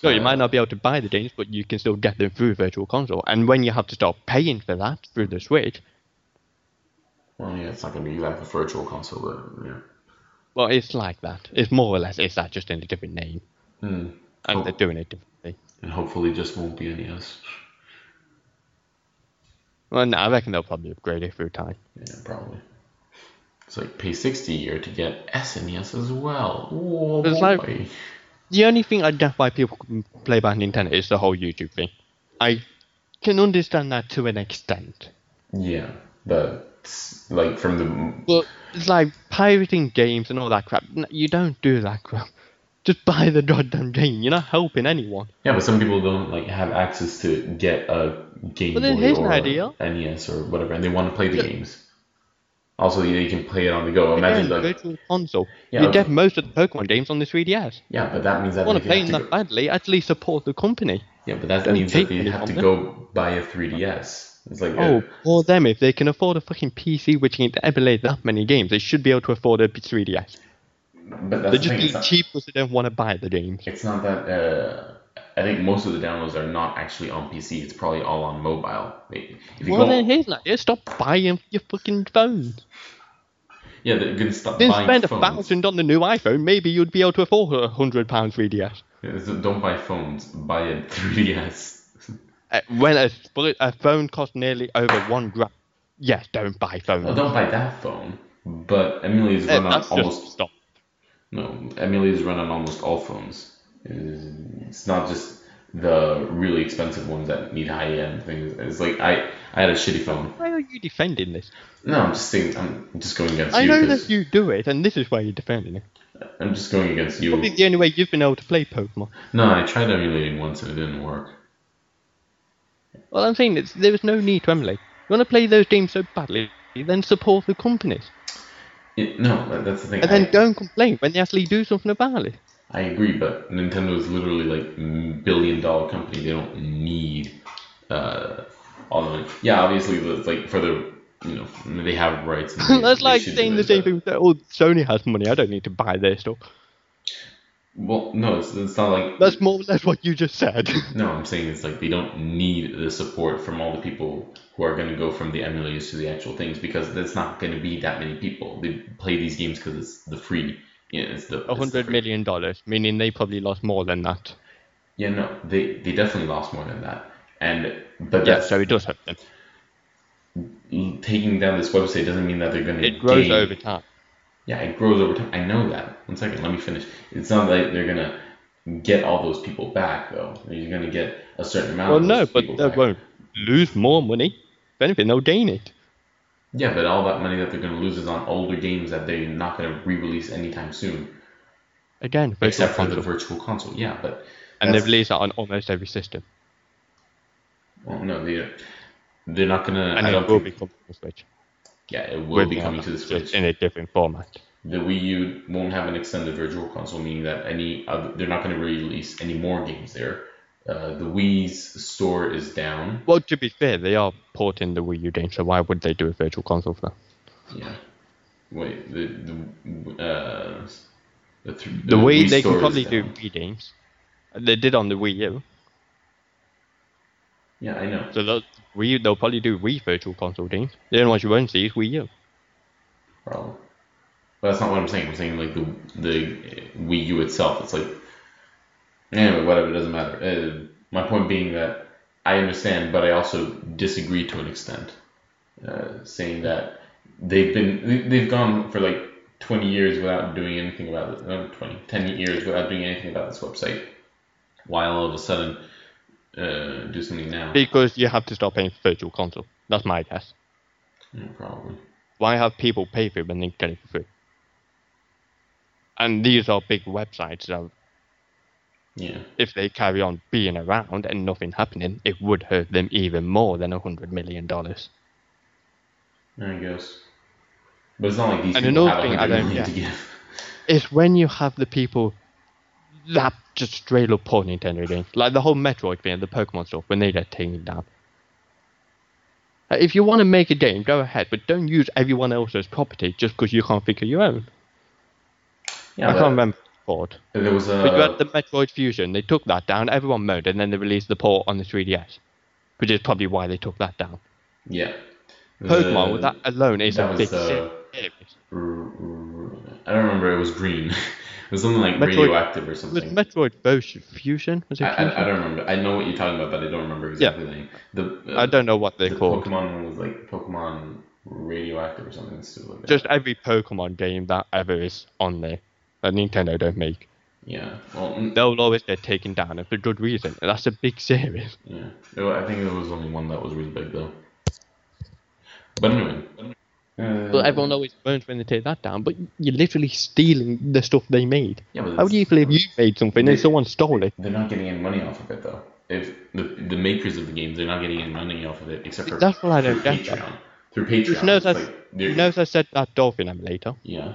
[SPEAKER 2] So you might not be able to buy the games, but you can still get them through Virtual Console. And when you have to start paying for that through the Switch,
[SPEAKER 1] Well, yeah, it's not gonna be like a virtual console, but yeah.
[SPEAKER 2] well, it's like that. It's more or less it's that, just in a different name,
[SPEAKER 1] Mm.
[SPEAKER 2] and
[SPEAKER 1] Oh.
[SPEAKER 2] they're doing it differently.
[SPEAKER 1] And hopefully, just won't be E NES.
[SPEAKER 2] Well, no, I reckon they'll probably upgrade it through time.
[SPEAKER 1] Yeah, probably. It's like pay sixty a year to get SNES as well. Whoa,
[SPEAKER 2] It's
[SPEAKER 1] boy.
[SPEAKER 2] like- The only thing I get why people play by Nintendo is the whole YouTube thing. I can understand that to an extent.
[SPEAKER 1] yeah, but it's like from the
[SPEAKER 2] But it's like pirating games and all that crap. N- You don't do that crap. Just buy the goddamn game. You're not helping anyone.
[SPEAKER 1] yeah, but some people don't like have access to get a Game
[SPEAKER 2] Well, then
[SPEAKER 1] Boy
[SPEAKER 2] here's an
[SPEAKER 1] or
[SPEAKER 2] idea.
[SPEAKER 1] NES or whatever, and they want to play the
[SPEAKER 2] Yeah.
[SPEAKER 1] games. Also, you can play it on the go. Imagine
[SPEAKER 2] Again,
[SPEAKER 1] like
[SPEAKER 2] virtual console.
[SPEAKER 1] Yeah,
[SPEAKER 2] you
[SPEAKER 1] okay.
[SPEAKER 2] get most of the Pokemon games on the 3DS.
[SPEAKER 1] yeah, but that means that means
[SPEAKER 2] want
[SPEAKER 1] they
[SPEAKER 2] to play
[SPEAKER 1] have
[SPEAKER 2] them
[SPEAKER 1] to
[SPEAKER 2] that
[SPEAKER 1] go,
[SPEAKER 2] badly? At least support the company.
[SPEAKER 1] yeah, but that
[SPEAKER 2] Don't
[SPEAKER 1] means that
[SPEAKER 2] take
[SPEAKER 1] they
[SPEAKER 2] money
[SPEAKER 1] have
[SPEAKER 2] from
[SPEAKER 1] to
[SPEAKER 2] them.
[SPEAKER 1] go buy a 3DS. It's like uh,
[SPEAKER 2] Oh, or them if they can afford a fucking PC which can emulate that many games, they should be able to afford a 3DS.
[SPEAKER 1] but that's
[SPEAKER 2] They're
[SPEAKER 1] the
[SPEAKER 2] just
[SPEAKER 1] thing. it's
[SPEAKER 2] being
[SPEAKER 1] not-
[SPEAKER 2] cheap because Oh. they don't want to buy the games.
[SPEAKER 1] It's not that. Uh, I think most of the downloads are not actually on PC. It's probably all on mobile. They- If you
[SPEAKER 2] Well,
[SPEAKER 1] go,
[SPEAKER 2] then here's an idea. Stop buying your fucking phones.
[SPEAKER 1] yeah, they're gonna stop
[SPEAKER 2] Then
[SPEAKER 1] buying
[SPEAKER 2] spend a
[SPEAKER 1] phones.
[SPEAKER 2] thousand on the new iPhone. Maybe you'd be able to afford a hundred pound 3DS.
[SPEAKER 1] Yeah, so Don't buy phones. Buy a 3DS.
[SPEAKER 2] Uh, when a, sp- a phone costs nearly over one grand, yes, don't buy phones.
[SPEAKER 1] Well, don't buy that phone. But Emily's
[SPEAKER 2] Eh,
[SPEAKER 1] run on
[SPEAKER 2] that's
[SPEAKER 1] almost
[SPEAKER 2] just stop.
[SPEAKER 1] no. Emily's run on almost all phones. It's not just the really expensive ones that need high end things. It's like I I had a shitty phone.
[SPEAKER 2] Why are you defending this? because-
[SPEAKER 1] No, I'm just saying I'm just going against
[SPEAKER 2] I
[SPEAKER 1] you.
[SPEAKER 2] know
[SPEAKER 1] 'cause-
[SPEAKER 2] that you do it, and this is why you're defending it.
[SPEAKER 1] I'm just going against you.
[SPEAKER 2] Probably the only way you've been able to play Pokemon.
[SPEAKER 1] No, I tried emulating once and it didn't work.
[SPEAKER 2] Well, I'm saying is there was no need to emulate. You want to play those games so badly, then support the companies,
[SPEAKER 1] It, no, that- that's the thing.
[SPEAKER 2] and then
[SPEAKER 1] I,
[SPEAKER 2] don't complain when they actually do something about it.
[SPEAKER 1] I agree, but Nintendo is literally like mm, billion dollar company. They don't need uh, all the money. Yeah, obviously, that's like for the you know they have rights. and they-
[SPEAKER 2] That's
[SPEAKER 1] they
[SPEAKER 2] like
[SPEAKER 1] should do
[SPEAKER 2] saying the
[SPEAKER 1] it,
[SPEAKER 2] same
[SPEAKER 1] but-
[SPEAKER 2] thing. that, Oh, Sony has money. I don't need to buy their stuff.
[SPEAKER 1] Well, no, it's, it's not like
[SPEAKER 2] That's more or less what you just said.
[SPEAKER 1] no. I'm saying it's like they don't need the support from all the people who are going to go from the emulators to the actual things because there's not going to be that many people. They play these games because it's the free. Yeah, it's the it's the
[SPEAKER 2] A hundred
[SPEAKER 1] free.
[SPEAKER 2] million dollars, meaning they probably lost more than that.
[SPEAKER 1] Yeah, no, they they definitely lost more than that. And but
[SPEAKER 2] Yeah,
[SPEAKER 1] that's
[SPEAKER 2] so it does hurt them.
[SPEAKER 1] taking down this website doesn't mean that they're going to.
[SPEAKER 2] It grows over time.
[SPEAKER 1] Yeah, it grows over time. I know that. One second, let me finish. It's not like they're going to get all those people back, though. You're going to get a certain amount
[SPEAKER 2] Well,
[SPEAKER 1] of
[SPEAKER 2] no,
[SPEAKER 1] those
[SPEAKER 2] but
[SPEAKER 1] people
[SPEAKER 2] they
[SPEAKER 1] back.
[SPEAKER 2] won't lose more money. If anything, they'll gain it.
[SPEAKER 1] Yeah, but all that money that they're going to lose is on older games that they're not going to re-release anytime soon,
[SPEAKER 2] Again, virtual
[SPEAKER 1] except for the
[SPEAKER 2] console.
[SPEAKER 1] virtual console. Yeah, but
[SPEAKER 2] and they
[SPEAKER 1] that's-
[SPEAKER 2] release that on almost every system.
[SPEAKER 1] well, no, they they're not going to.
[SPEAKER 2] And
[SPEAKER 1] I
[SPEAKER 2] it
[SPEAKER 1] don't
[SPEAKER 2] will
[SPEAKER 1] think,
[SPEAKER 2] be coming to the Switch.
[SPEAKER 1] yeah, it will be
[SPEAKER 2] With
[SPEAKER 1] coming
[SPEAKER 2] Nana,
[SPEAKER 1] to the
[SPEAKER 2] just
[SPEAKER 1] Switch.
[SPEAKER 2] in a different format.
[SPEAKER 1] The Wii U won't have an extended virtual console, meaning that any other, they're not going to release any more games there. Uh, the Wii's store is down.
[SPEAKER 2] Well, to be fair, they are porting the Wii U game, so why would they do a virtual console for that?
[SPEAKER 1] Yeah. Wait, the the uh, the, th-
[SPEAKER 2] The Wii, they
[SPEAKER 1] store
[SPEAKER 2] can
[SPEAKER 1] is
[SPEAKER 2] probably
[SPEAKER 1] down.
[SPEAKER 2] do Wii games. They did on the Wii U,
[SPEAKER 1] Yeah, I know.
[SPEAKER 2] so they'll, Wii U, they'll probably do Wii virtual console games. The only ones you won't see is Wii U.
[SPEAKER 1] problem. But that's not what I'm saying. I'm saying like the the Wii U itself. It's like anyway, whatever. It doesn't matter. Uh, my point being that I understand, but I also disagree to an extent, uh, saying that they've been they- they've gone for like 20 years without doing anything about it. Not 20, 10 years without doing anything about this website. Why all of a sudden uh, do something now?
[SPEAKER 2] Because you have to stop paying for virtual console. That's my guess.
[SPEAKER 1] Mm, Probably.
[SPEAKER 2] Why have people pay for it when they can get it for free? And these are big websites, so
[SPEAKER 1] Yeah.
[SPEAKER 2] if they carry on being around and nothing happening, it would hurt them even more than a hundred million dollars.
[SPEAKER 1] I guess. But it's not like these
[SPEAKER 2] And
[SPEAKER 1] people
[SPEAKER 2] another
[SPEAKER 1] have
[SPEAKER 2] thing I
[SPEAKER 1] 100
[SPEAKER 2] don't-
[SPEAKER 1] million
[SPEAKER 2] yeah.
[SPEAKER 1] to give.
[SPEAKER 2] It's when you have the people that just straight up poor Nintendo games, like the whole Metroid thing, the Pokemon stuff, when they get taken down. Uh, If you want to make a game, go ahead, but don't use everyone else's property just because you can't think of your own.
[SPEAKER 1] Yeah,
[SPEAKER 2] I
[SPEAKER 1] but
[SPEAKER 2] can't remember. Board.
[SPEAKER 1] There was
[SPEAKER 2] But you had
[SPEAKER 1] a
[SPEAKER 2] the Metroid Fusion. They took that down. Everyone mowed, and then they released the port on the 3DS, which is probably why they took that down.
[SPEAKER 1] yeah.
[SPEAKER 2] Pokemon,
[SPEAKER 1] The-
[SPEAKER 2] with that alone, is
[SPEAKER 1] that
[SPEAKER 2] a
[SPEAKER 1] was,
[SPEAKER 2] big
[SPEAKER 1] uh,
[SPEAKER 2] series.
[SPEAKER 1] r- r- I don't remember. It was green. it was something like
[SPEAKER 2] Metroid-
[SPEAKER 1] radioactive or
[SPEAKER 2] Was
[SPEAKER 1] something.
[SPEAKER 2] Metroid Fusion- Fusion? Was it
[SPEAKER 1] I,
[SPEAKER 2] Fusion?
[SPEAKER 1] I, I don't remember. I know what you're talking about, but I don't remember exactly the name. The uh,
[SPEAKER 2] I don't know what they're
[SPEAKER 1] the
[SPEAKER 2] called.
[SPEAKER 1] Pokemon one was like Pokemon radioactive or something stupid like that.
[SPEAKER 2] Just every Pokemon game that ever is on there that Nintendo don't make,
[SPEAKER 1] yeah. Well, n-
[SPEAKER 2] they'll always get taken down, and for good reason. And that's a big series.
[SPEAKER 1] yeah. Well, I think there was only one that was really big though. But anyway. Uh,
[SPEAKER 2] But everyone always burns when they take that down. But you're literally stealing the stuff they made.
[SPEAKER 1] yeah, but
[SPEAKER 2] How do you feel if you made something and
[SPEAKER 1] They-
[SPEAKER 2] someone stole it?
[SPEAKER 1] They're not getting any money off of it though. If the the makers of the games, they're not getting any money off of it except for
[SPEAKER 2] That's what I don't
[SPEAKER 1] through
[SPEAKER 2] get, though.
[SPEAKER 1] Patreon. Through Patreon,
[SPEAKER 2] You know
[SPEAKER 1] it's
[SPEAKER 2] that-
[SPEAKER 1] like they're-
[SPEAKER 2] You notice I said that dolphin emulator.
[SPEAKER 1] yeah,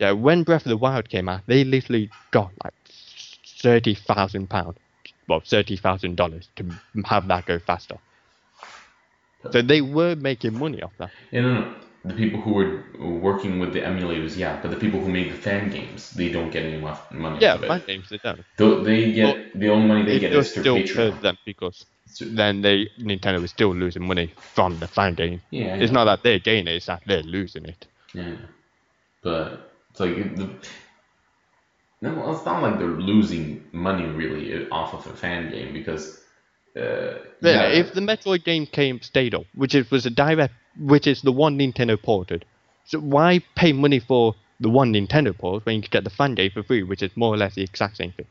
[SPEAKER 2] Yeah, when Breath of the Wild came out, they literally got like thirty thousand pound, well thirty thousand dollars to have that go faster. So they were making money off that.
[SPEAKER 1] yeah, no, no. The people who were working with the emulators, yeah, but the people who made the fan games, they don't get any mo- money
[SPEAKER 2] Yeah,
[SPEAKER 1] off of
[SPEAKER 2] my
[SPEAKER 1] it.
[SPEAKER 2] name's they don't.
[SPEAKER 1] Though they get the only money they
[SPEAKER 2] It
[SPEAKER 1] get
[SPEAKER 2] just
[SPEAKER 1] is through
[SPEAKER 2] still
[SPEAKER 1] Patreon.
[SPEAKER 2] hurt them because
[SPEAKER 1] So-
[SPEAKER 2] then they Nintendo was still losing money from the fan game.
[SPEAKER 1] yeah, I
[SPEAKER 2] It's
[SPEAKER 1] know.
[SPEAKER 2] not that they're gaining it; it's that they're losing it.
[SPEAKER 1] Yeah, but it's like it- the. No, well, it's not like they're losing money really uh, off of a fan game because. Uh,
[SPEAKER 2] Yeah,
[SPEAKER 1] yeah,
[SPEAKER 2] if the Metroid game came stayed up, which is, was a direct, which is the one Nintendo ported, so why pay money for the one Nintendo port when you could get the fan game for free, which is more or less the exact same thing?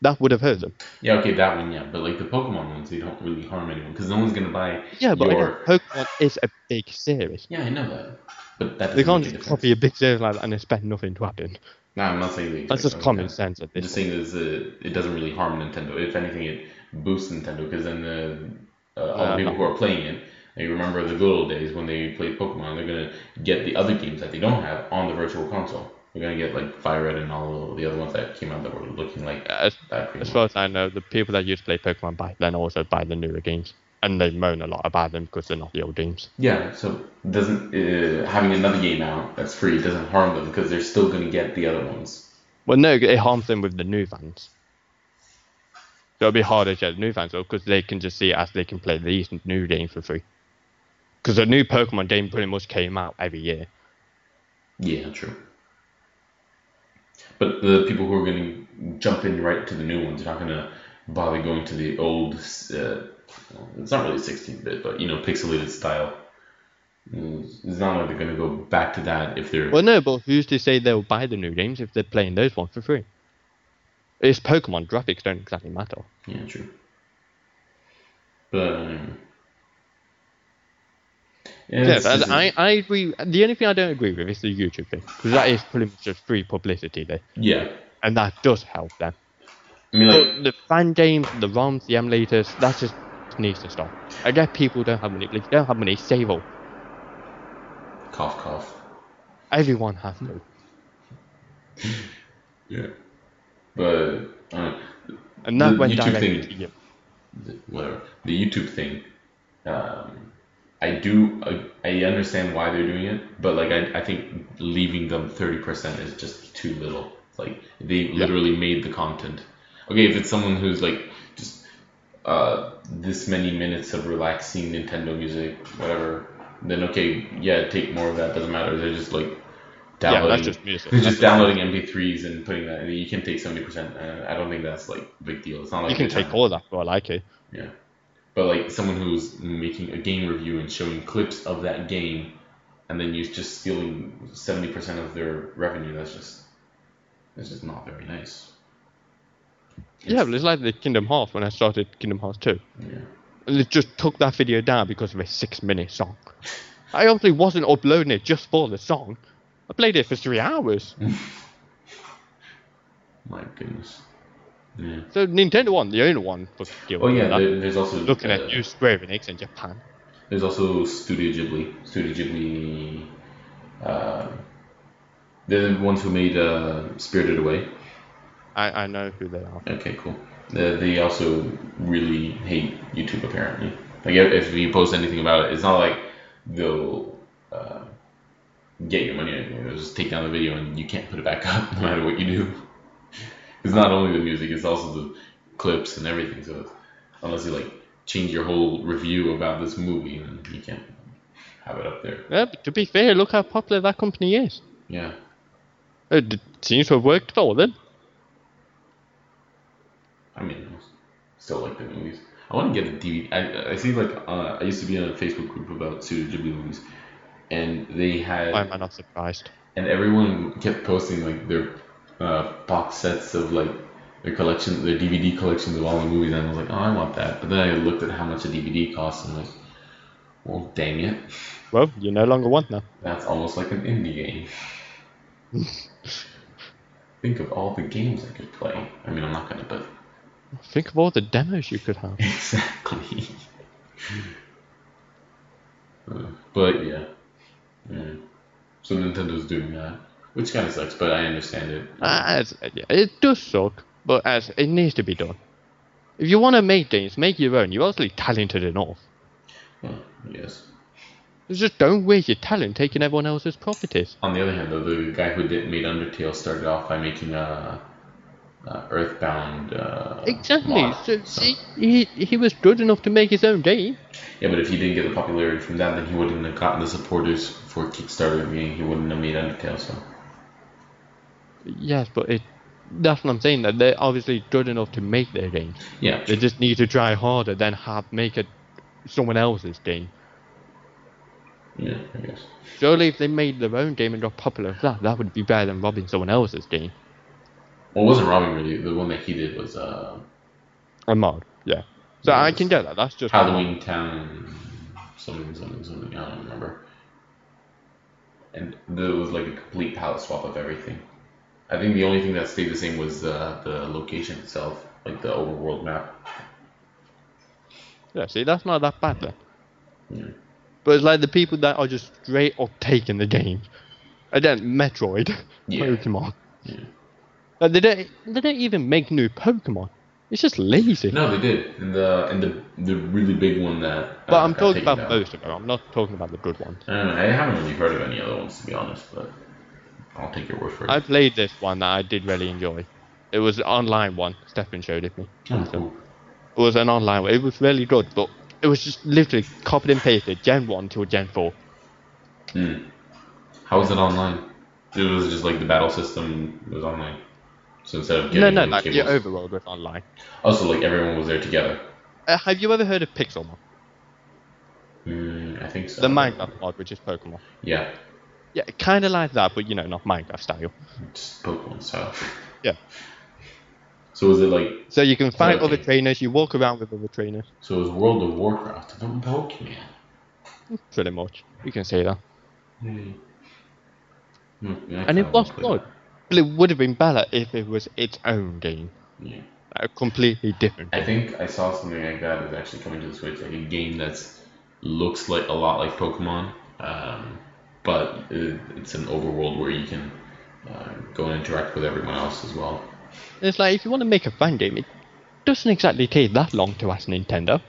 [SPEAKER 2] That would have hurt them.
[SPEAKER 1] Yeah, okay, that one, yeah. But like the Pokemon ones, they don't really harm anyone because no one's gonna buy.
[SPEAKER 2] Yeah, but again,
[SPEAKER 1] your...
[SPEAKER 2] Pokemon is a big series.
[SPEAKER 1] yeah, I know that. But that
[SPEAKER 2] They
[SPEAKER 1] doesn't make
[SPEAKER 2] can't
[SPEAKER 1] a
[SPEAKER 2] just
[SPEAKER 1] difference.
[SPEAKER 2] copy a big series like that and expect nothing to happen.
[SPEAKER 1] No, I'm not saying they expect
[SPEAKER 2] That's just
[SPEAKER 1] them to.
[SPEAKER 2] common sense
[SPEAKER 1] I'm
[SPEAKER 2] at this
[SPEAKER 1] just
[SPEAKER 2] point.
[SPEAKER 1] saying is uh, it doesn't really harm Nintendo. If anything, it boosts Nintendo because then the uh, all
[SPEAKER 2] Uh,
[SPEAKER 1] the people
[SPEAKER 2] no.
[SPEAKER 1] who are playing it. They remember the good old days when they played Pokemon. They're gonna get the other games that they don't have on the Virtual Console. They're gonna get like Fire Red and all the other ones that came out that were looking like
[SPEAKER 2] As,
[SPEAKER 1] that. pretty
[SPEAKER 2] as
[SPEAKER 1] much.
[SPEAKER 2] far as I know, the people that used to play Pokemon back then also buy the newer games. And they moan a lot about them because they're not the old games.
[SPEAKER 1] Yeah, so doesn't uh, having another game out that's free doesn't harm them because they're still gonna get the other ones.
[SPEAKER 2] Well, no, it harms them with the new fans. So it'll be harder to get the new fans because they can just see it as they can play these new games for free. Because the new Pokemon game pretty much came out every year.
[SPEAKER 1] Yeah, true. But the people who are gonna jump in right to the new ones are not gonna bother going to the old uh, Well, it's not really 16-bit, but you know, pixelated style. It's not like they're gonna go back to that if they're
[SPEAKER 2] Well, no, but who's to say they'll buy the new games if they're playing those ones for free? It's Pokemon graphics don't exactly matter.
[SPEAKER 1] yeah true. But um,
[SPEAKER 2] Yeah,
[SPEAKER 1] it's-
[SPEAKER 2] but
[SPEAKER 1] it's-
[SPEAKER 2] I, I agree. The only thing I don't agree with is the YouTube thing because that is pretty much just free publicity there,
[SPEAKER 1] yeah.
[SPEAKER 2] and that does help them.
[SPEAKER 1] I mean, like,
[SPEAKER 2] But the fan games, the ROMs, the emulators, that just needs to stop. I guess people don't have money. but If you don't have money, save up.
[SPEAKER 1] cough, cough.
[SPEAKER 2] Everyone has to.
[SPEAKER 1] Yeah. But uh,
[SPEAKER 2] And that
[SPEAKER 1] The
[SPEAKER 2] went
[SPEAKER 1] YouTube
[SPEAKER 2] directly
[SPEAKER 1] thing-
[SPEAKER 2] to you.
[SPEAKER 1] the- whatever the YouTube thing, um, I do I, I understand why they're doing it, but like I, I think leaving them thirty percent is just too little. Like they literally made the content. Okay, if it's someone who's like just uh, this many minutes of relaxing Nintendo music, whatever, then okay, yeah, take more of that. Doesn't matter. They're just like
[SPEAKER 2] Yeah,
[SPEAKER 1] downloading.
[SPEAKER 2] that's just music.
[SPEAKER 1] They're
[SPEAKER 2] That's
[SPEAKER 1] just
[SPEAKER 2] just-
[SPEAKER 1] downloading MP3s and putting that. You can take seventy percent. uh, I don't think that's like a big deal. It's not like
[SPEAKER 2] You can
[SPEAKER 1] they're
[SPEAKER 2] take
[SPEAKER 1] trying-
[SPEAKER 2] all that for all I care.
[SPEAKER 1] yeah. But like someone who's making a game review and showing clips of that game and then you're just stealing seventy percent of their revenue, that's just that's just not very nice.
[SPEAKER 2] Yeah, but it's like the Kingdom Hearts when I started Kingdom Hearts 2.
[SPEAKER 1] Yeah.
[SPEAKER 2] And they just took that video down because of a six minute song. I obviously wasn't uploading it just for the song. I played it for three hours.
[SPEAKER 1] My goodness. Yeah.
[SPEAKER 2] So Nintendo one, the only one for deal
[SPEAKER 1] Oh
[SPEAKER 2] with
[SPEAKER 1] yeah,
[SPEAKER 2] that.
[SPEAKER 1] there, there's also
[SPEAKER 2] Looking
[SPEAKER 1] uh,
[SPEAKER 2] at you Square Enix in Japan.
[SPEAKER 1] There's also Studio Ghibli. Studio Ghibli. Uh, they're the ones who made uh, Spirited Away.
[SPEAKER 2] I, I know who they are.
[SPEAKER 1] Okay, cool. They, they also really hate YouTube apparently. Like if, if you post anything about it, it's not like they'll uh, get your money. Or anything. They'll just take down the video and you can't put it back up no matter what you do. It's not only the music; it's also the clips and everything. So it's, unless you like change your whole review about this movie, then you can't have it up there.
[SPEAKER 2] Yeah, but to be fair, look how popular that company is.
[SPEAKER 1] Yeah.
[SPEAKER 2] It d- seems to have worked for them.
[SPEAKER 1] I mean, I still like the movies. I want to get a DVD. I, I see, like, uh, I used to be in a Facebook group about Studio Ghibli movies, and they had,
[SPEAKER 2] Why am I not surprised?
[SPEAKER 1] and everyone kept posting, like, their uh, box sets of, like, their collection, their DVD collections of all the movies, and I was like, oh, I want that. But then I looked at how much a DVD costs, and I'm like, well, dang it.
[SPEAKER 2] Well, you no longer want them.
[SPEAKER 1] That's almost like an indie game. Think of all the games I could play. I mean, I'm not gonna, but.
[SPEAKER 2] Think of all the demos you could have.
[SPEAKER 1] Exactly. Uh, but yeah. Mm. So Nintendo's doing that, which kind of sucks, but I understand it.
[SPEAKER 2] Ah, it's- yeah, it does suck, but as it needs to be done. If you want to make things, make your own. You're obviously talented enough.
[SPEAKER 1] Huh, yes.
[SPEAKER 2] Just don't waste your talent taking everyone else's properties.
[SPEAKER 1] On the other hand, though, the guy who did made Undertale started off by making a, a Earthbound. Uh,
[SPEAKER 2] Exactly.
[SPEAKER 1] mod,
[SPEAKER 2] So, see, he, he was good enough to make his own game.
[SPEAKER 1] Yeah, but if he didn't get the popularity from that, then he wouldn't have gotten the supporters for Kickstarter. Meaning he wouldn't have made Undertale. So
[SPEAKER 2] Yes, but it, that's what I'm saying. That they're obviously good enough to make their games.
[SPEAKER 1] yeah,
[SPEAKER 2] They just need to try harder than have make it someone else's game.
[SPEAKER 1] yeah, I guess.
[SPEAKER 2] Surely, if they made their own game and got popular with that, that would be better than robbing someone else's game.
[SPEAKER 1] Well, it wasn't Robin really. The one that he did was uh,
[SPEAKER 2] A mod, yeah. So I
[SPEAKER 1] Yes.
[SPEAKER 2] can get that. That's just
[SPEAKER 1] Halloween Town, something, something, something. I don't remember. And there was like a complete palette swap of everything. I think the only thing that stayed the same was uh, the location itself, like the overworld map.
[SPEAKER 2] Yeah, see, that's not that bad then.
[SPEAKER 1] Yeah.
[SPEAKER 2] But it's like the people that are just straight up taking the game. Again, Metroid,
[SPEAKER 1] Yeah.
[SPEAKER 2] Pokemon.
[SPEAKER 1] Yeah.
[SPEAKER 2] Like they don't, they don't even make new Pokemon. It's just lazy.
[SPEAKER 1] No, they did, and the and the the really big one that. uh,
[SPEAKER 2] but I'm
[SPEAKER 1] got
[SPEAKER 2] talking
[SPEAKER 1] taken
[SPEAKER 2] about
[SPEAKER 1] down.
[SPEAKER 2] most of them. I'm not talking about the good ones.
[SPEAKER 1] I don't know. I haven't really heard of any other ones to be honest, but I'll take your word for it.
[SPEAKER 2] I played this one that I did really enjoy. It was an online one. Stefan showed it me.
[SPEAKER 1] Oh, cool.
[SPEAKER 2] It was an online one. It was really good, but it was just literally copied and pasted Gen 1 till Gen 4.
[SPEAKER 1] Mm. How was it online? It was just like the battle system was online. So instead of
[SPEAKER 2] No,
[SPEAKER 1] getting
[SPEAKER 2] no,
[SPEAKER 1] on
[SPEAKER 2] like
[SPEAKER 1] cables-
[SPEAKER 2] your overworld was online.
[SPEAKER 1] Also, like everyone was there together.
[SPEAKER 2] Uh, have you ever heard of Pixelmon?
[SPEAKER 1] Mm, I think so.
[SPEAKER 2] The Minecraft mod, which is Pokemon.
[SPEAKER 1] Yeah,
[SPEAKER 2] Yeah, kind of like that, but you know, not Minecraft style.
[SPEAKER 1] just Pokemon style.
[SPEAKER 2] Yeah.
[SPEAKER 1] So was it like?
[SPEAKER 2] So you can fight
[SPEAKER 1] Okay.
[SPEAKER 2] other trainers, you walk around with other trainers,
[SPEAKER 1] So it was World of Warcraft, but Pokemon.
[SPEAKER 2] pretty much. You can say that.
[SPEAKER 1] Hmm. Mm, yeah,
[SPEAKER 2] And it
[SPEAKER 1] kinda
[SPEAKER 2] was
[SPEAKER 1] like
[SPEAKER 2] good.
[SPEAKER 1] that.
[SPEAKER 2] But Um, it would have been better if it was its own game.
[SPEAKER 1] Yeah.
[SPEAKER 2] A completely different
[SPEAKER 1] I think I saw something like that is actually coming to the Switch, like a game that's looks like a lot like Pokemon, um, but it, it's an overworld where you can uh, go and interact with everyone else as well.
[SPEAKER 2] It's like if you want to make a fan game, it doesn't exactly take that long to ask Nintendo.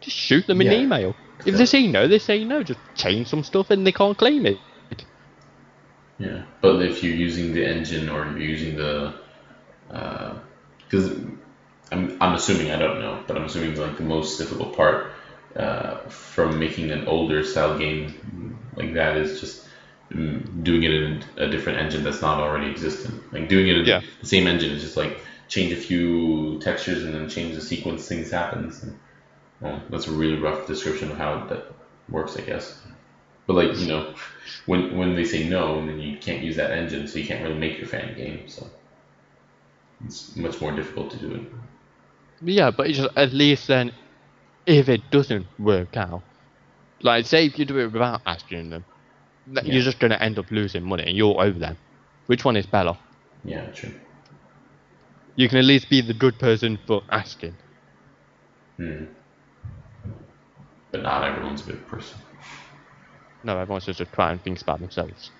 [SPEAKER 2] Just shoot them an
[SPEAKER 1] Yeah.
[SPEAKER 2] email. If they say no, they say no. Just change some stuff and they can't claim it.
[SPEAKER 1] Yeah, but if you're using the engine or you're using the, because I'm I'm assuming I don't know, but I'm assuming like the most difficult part uh, from making an older style game like that is just mm, doing it in a different engine that's not already existent. Like doing it in
[SPEAKER 2] Yeah.
[SPEAKER 1] the same engine is just like change a few textures and then change the sequence things happens. And, well, that's a really rough description of how that works, I guess. But like you know, when when they say no, and then you can't use that engine, so you can't really make your fan game. So it's much more difficult to do it.
[SPEAKER 2] Yeah, but it's just, at least then, if it doesn't work out, like say if you do it without asking them, th-
[SPEAKER 1] Yeah.
[SPEAKER 2] you're just going to end up losing money and you're over them. Which one is better?
[SPEAKER 1] Yeah, true.
[SPEAKER 2] You can at least be the good person for asking.
[SPEAKER 1] Hmm. But not everyone's a good person.
[SPEAKER 2] No, everyone's just a try and thinks about themselves.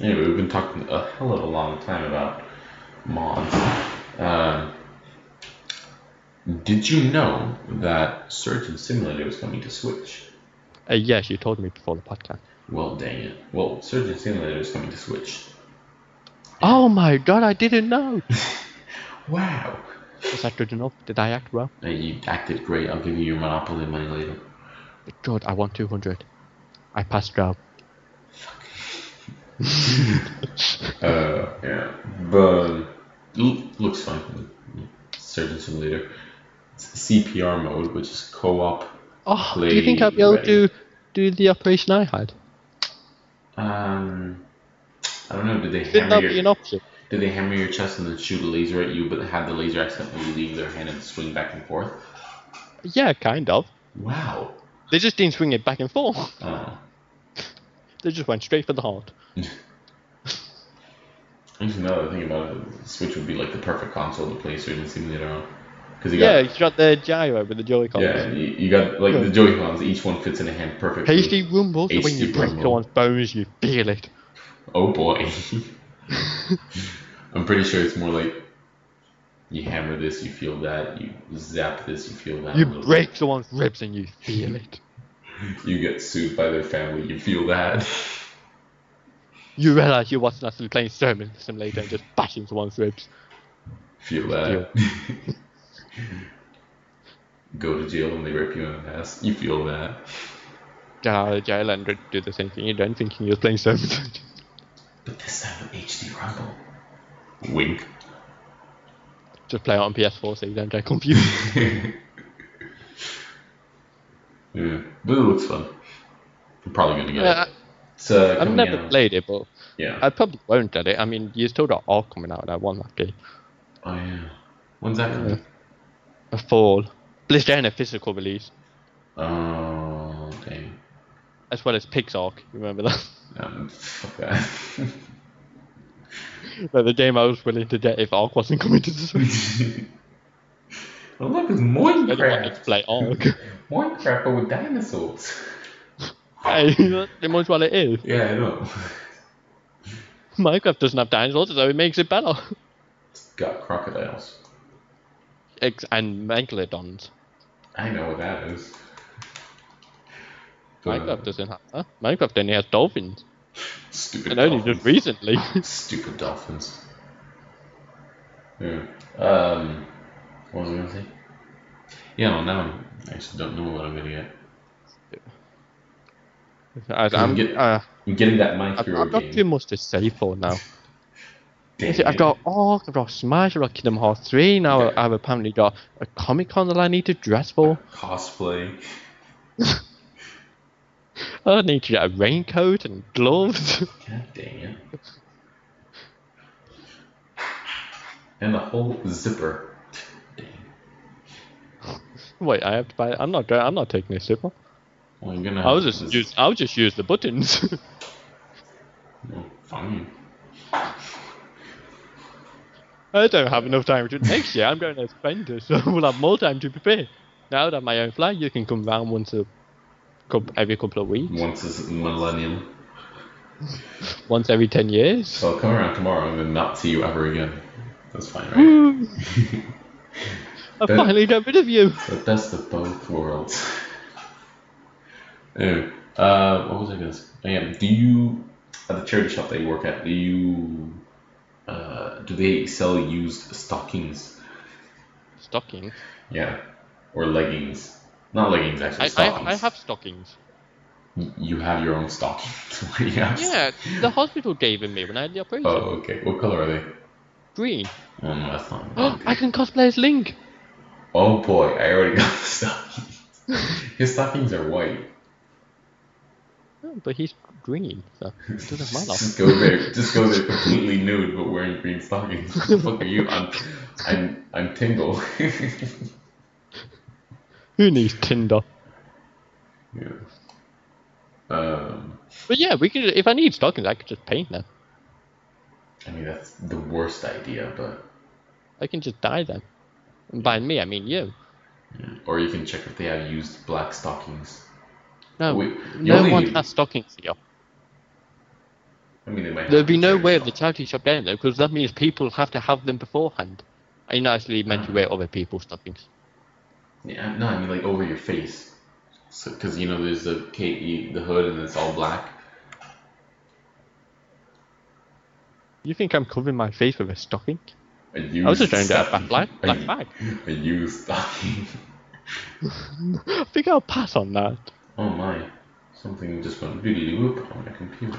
[SPEAKER 1] Anyway, we've been talking a hell of a long time about mods. Um, did you know that Surgeon Simulator was coming to Switch?
[SPEAKER 2] Uh, yes, you told me before the podcast.
[SPEAKER 1] Well, dang it. Well, Surgeon Simulator is coming to Switch.
[SPEAKER 2] Oh my god, I didn't know.
[SPEAKER 1] Wow.
[SPEAKER 2] Was that good enough? Did I act well?
[SPEAKER 1] Uh, You acted great. I'll give you your Monopoly money later.
[SPEAKER 2] Good, I won 200. I passed out.
[SPEAKER 1] Uh, yeah. But l- looks fun. Surgeon Simulator. It's CPR mode, which is co-op.
[SPEAKER 2] Oh, do you think I'll be able to do the operation I had?
[SPEAKER 1] Um, I don't know. Did they
[SPEAKER 2] Shouldn't that
[SPEAKER 1] hammer
[SPEAKER 2] be an
[SPEAKER 1] your
[SPEAKER 2] option?
[SPEAKER 1] Did they hammer your chest and then shoot a laser at you, but have the laser accidentally leave their hand and swing back and forth?
[SPEAKER 2] Yeah, kind of.
[SPEAKER 1] Wow.
[SPEAKER 2] They just didn't swing it back and forth.
[SPEAKER 1] Uh,
[SPEAKER 2] They just went straight for the heart.
[SPEAKER 1] there's another thing about it. Switch would be like the perfect console to play Surgeon Simulator on, because you
[SPEAKER 2] Yeah,
[SPEAKER 1] got
[SPEAKER 2] you got the gyro with the Joy-Con.
[SPEAKER 1] yeah, you, you got like the Joy Cons. Each one fits in a hand perfectly.
[SPEAKER 2] Hasty rumble, so when
[SPEAKER 1] Hasty
[SPEAKER 2] you break
[SPEAKER 1] rumble.
[SPEAKER 2] someone's bones, you feel it.
[SPEAKER 1] Oh boy. I'm pretty sure it's more like you hammer this, you feel that, you zap this, you feel that.
[SPEAKER 2] You
[SPEAKER 1] a little
[SPEAKER 2] break someone's ribs and you feel it.
[SPEAKER 1] bit. You get sued by their family, you feel that.
[SPEAKER 2] You realize you're watching us playing Sermon some later and just bashing someone's ribs.
[SPEAKER 1] Feel that. Go to jail and they rip you in the ass. You feel that.
[SPEAKER 2] Get out of jail and do the same thing you're doing, thinking you're playing Sermon.
[SPEAKER 1] But this time with HD Rumble. Wink.
[SPEAKER 2] just play it on PS4 so you don't get confused.
[SPEAKER 1] Yeah, but it looks fun. I'm probably gonna get
[SPEAKER 2] Yeah,
[SPEAKER 1] it. It's uh,
[SPEAKER 2] I've
[SPEAKER 1] coming
[SPEAKER 2] never
[SPEAKER 1] out.
[SPEAKER 2] played it, but
[SPEAKER 1] Yeah.
[SPEAKER 2] I probably won't get it. I mean, you still got all coming out. and I won that game.
[SPEAKER 1] oh yeah. When's that coming?
[SPEAKER 2] A fall. Blizzard and a physical release,
[SPEAKER 1] Oh, dang.
[SPEAKER 2] as well as Pixark. You remember that?
[SPEAKER 1] Um, fuck that.
[SPEAKER 2] Like the game I was willing to get if Ark wasn't coming to the Switch.
[SPEAKER 1] oh, look, it's
[SPEAKER 2] I didn't want to
[SPEAKER 1] Minecraft.
[SPEAKER 2] play Ark.
[SPEAKER 1] Minecraft, but with dinosaurs.
[SPEAKER 2] hey, that's pretty much what it is.
[SPEAKER 1] Yeah, I know.
[SPEAKER 2] Minecraft doesn't have dinosaurs, so it makes it better.
[SPEAKER 1] It's got crocodiles.
[SPEAKER 2] Ex- and megalodons.
[SPEAKER 1] I know what that is. But-
[SPEAKER 2] Minecraft doesn't have that. Minecraft only has dolphins.
[SPEAKER 1] Stupid
[SPEAKER 2] And only
[SPEAKER 1] dolphins.
[SPEAKER 2] just recently.
[SPEAKER 1] Stupid dolphins. Yeah. Um, what was I gonna say? Yeah, well, now I actually don't know what I'm gonna get.
[SPEAKER 2] As I'm,
[SPEAKER 1] Get-
[SPEAKER 2] uh,
[SPEAKER 1] I'm getting that My
[SPEAKER 2] I've,
[SPEAKER 1] Hero
[SPEAKER 2] uh, I've got
[SPEAKER 1] game.
[SPEAKER 2] too much to say for now. You see, I've got Orc, I've got Smash, I've got Kingdom Hearts 3, now
[SPEAKER 1] Okay.
[SPEAKER 2] I've apparently got a Comic Con that I need to dress for.
[SPEAKER 1] cosplay.
[SPEAKER 2] I need to get a raincoat and gloves.
[SPEAKER 1] God dang it. And a whole zipper. Dang.
[SPEAKER 2] Wait, I have to buy. I'm not going. I'm not taking a super.
[SPEAKER 1] Well, I'm gonna.
[SPEAKER 2] I will just use. I'll just use the buttons.
[SPEAKER 1] Oh, fine.
[SPEAKER 2] I don't have enough time to next year. I'm going as Bender, so we'll have more time to prepare. Now that my own flag, you can come round once a coup- every couple of weeks,
[SPEAKER 1] Once is millennium.
[SPEAKER 2] once every ten years.
[SPEAKER 1] So I'll come around tomorrow and then not see you ever again. That's fine, right?
[SPEAKER 2] Woo! I finally got rid of you.
[SPEAKER 1] The best of both worlds. anyway, uh, what was I gonna say? Oh, yeah, do you at the charity shop that you work at? Do you uh, do they sell used stockings?
[SPEAKER 2] Stockings.
[SPEAKER 1] Yeah, or leggings? Not leggings, actually.
[SPEAKER 2] I,
[SPEAKER 1] stockings.
[SPEAKER 2] I, I have stockings.
[SPEAKER 1] Y- You have your own stockings. Why do you have-
[SPEAKER 2] Yeah, the hospital gave them me when I had the operation.
[SPEAKER 1] Oh, okay. What color are they?
[SPEAKER 2] Green.
[SPEAKER 1] Oh no, that's not.
[SPEAKER 2] I can cosplay as Link.
[SPEAKER 1] Oh boy, I already got the stockings. His stockings are white.
[SPEAKER 2] Oh, but he's green, so it doesn't matter.
[SPEAKER 1] Just go there. Just go there completely nude, but wearing green stockings. What the fuck are you? I'm, I'm, I'm Tingle. yeah.
[SPEAKER 2] Who needs Tinder?
[SPEAKER 1] Um,
[SPEAKER 2] But yeah, we could. If I need stockings, I could just paint them.
[SPEAKER 1] I mean that's the worst idea, but
[SPEAKER 2] I can just dye them. And by me, I mean you.
[SPEAKER 1] or you can check if they have used black stockings.
[SPEAKER 2] No,
[SPEAKER 1] Wait, you
[SPEAKER 2] no
[SPEAKER 1] only
[SPEAKER 2] one
[SPEAKER 1] need-
[SPEAKER 2] has stockings here.
[SPEAKER 1] I mean they might. have
[SPEAKER 2] There'd be no
[SPEAKER 1] charity
[SPEAKER 2] way of
[SPEAKER 1] shop.
[SPEAKER 2] the charity shop getting them because that means people have to have them beforehand. And you're not actually meant to wear other people's stockings.
[SPEAKER 1] Yeah, no, I mean like over your face. So, cause you know there's the K the hood and it's all black.
[SPEAKER 2] You think I'm covering my face with a stocking?
[SPEAKER 1] A used
[SPEAKER 2] I was just trying to get a
[SPEAKER 1] stocking.
[SPEAKER 2] black, black
[SPEAKER 1] a,
[SPEAKER 2] bag.
[SPEAKER 1] a used stocking.
[SPEAKER 2] I think I'll pass on that.
[SPEAKER 1] Oh my. Something just went doody whoop on my computer.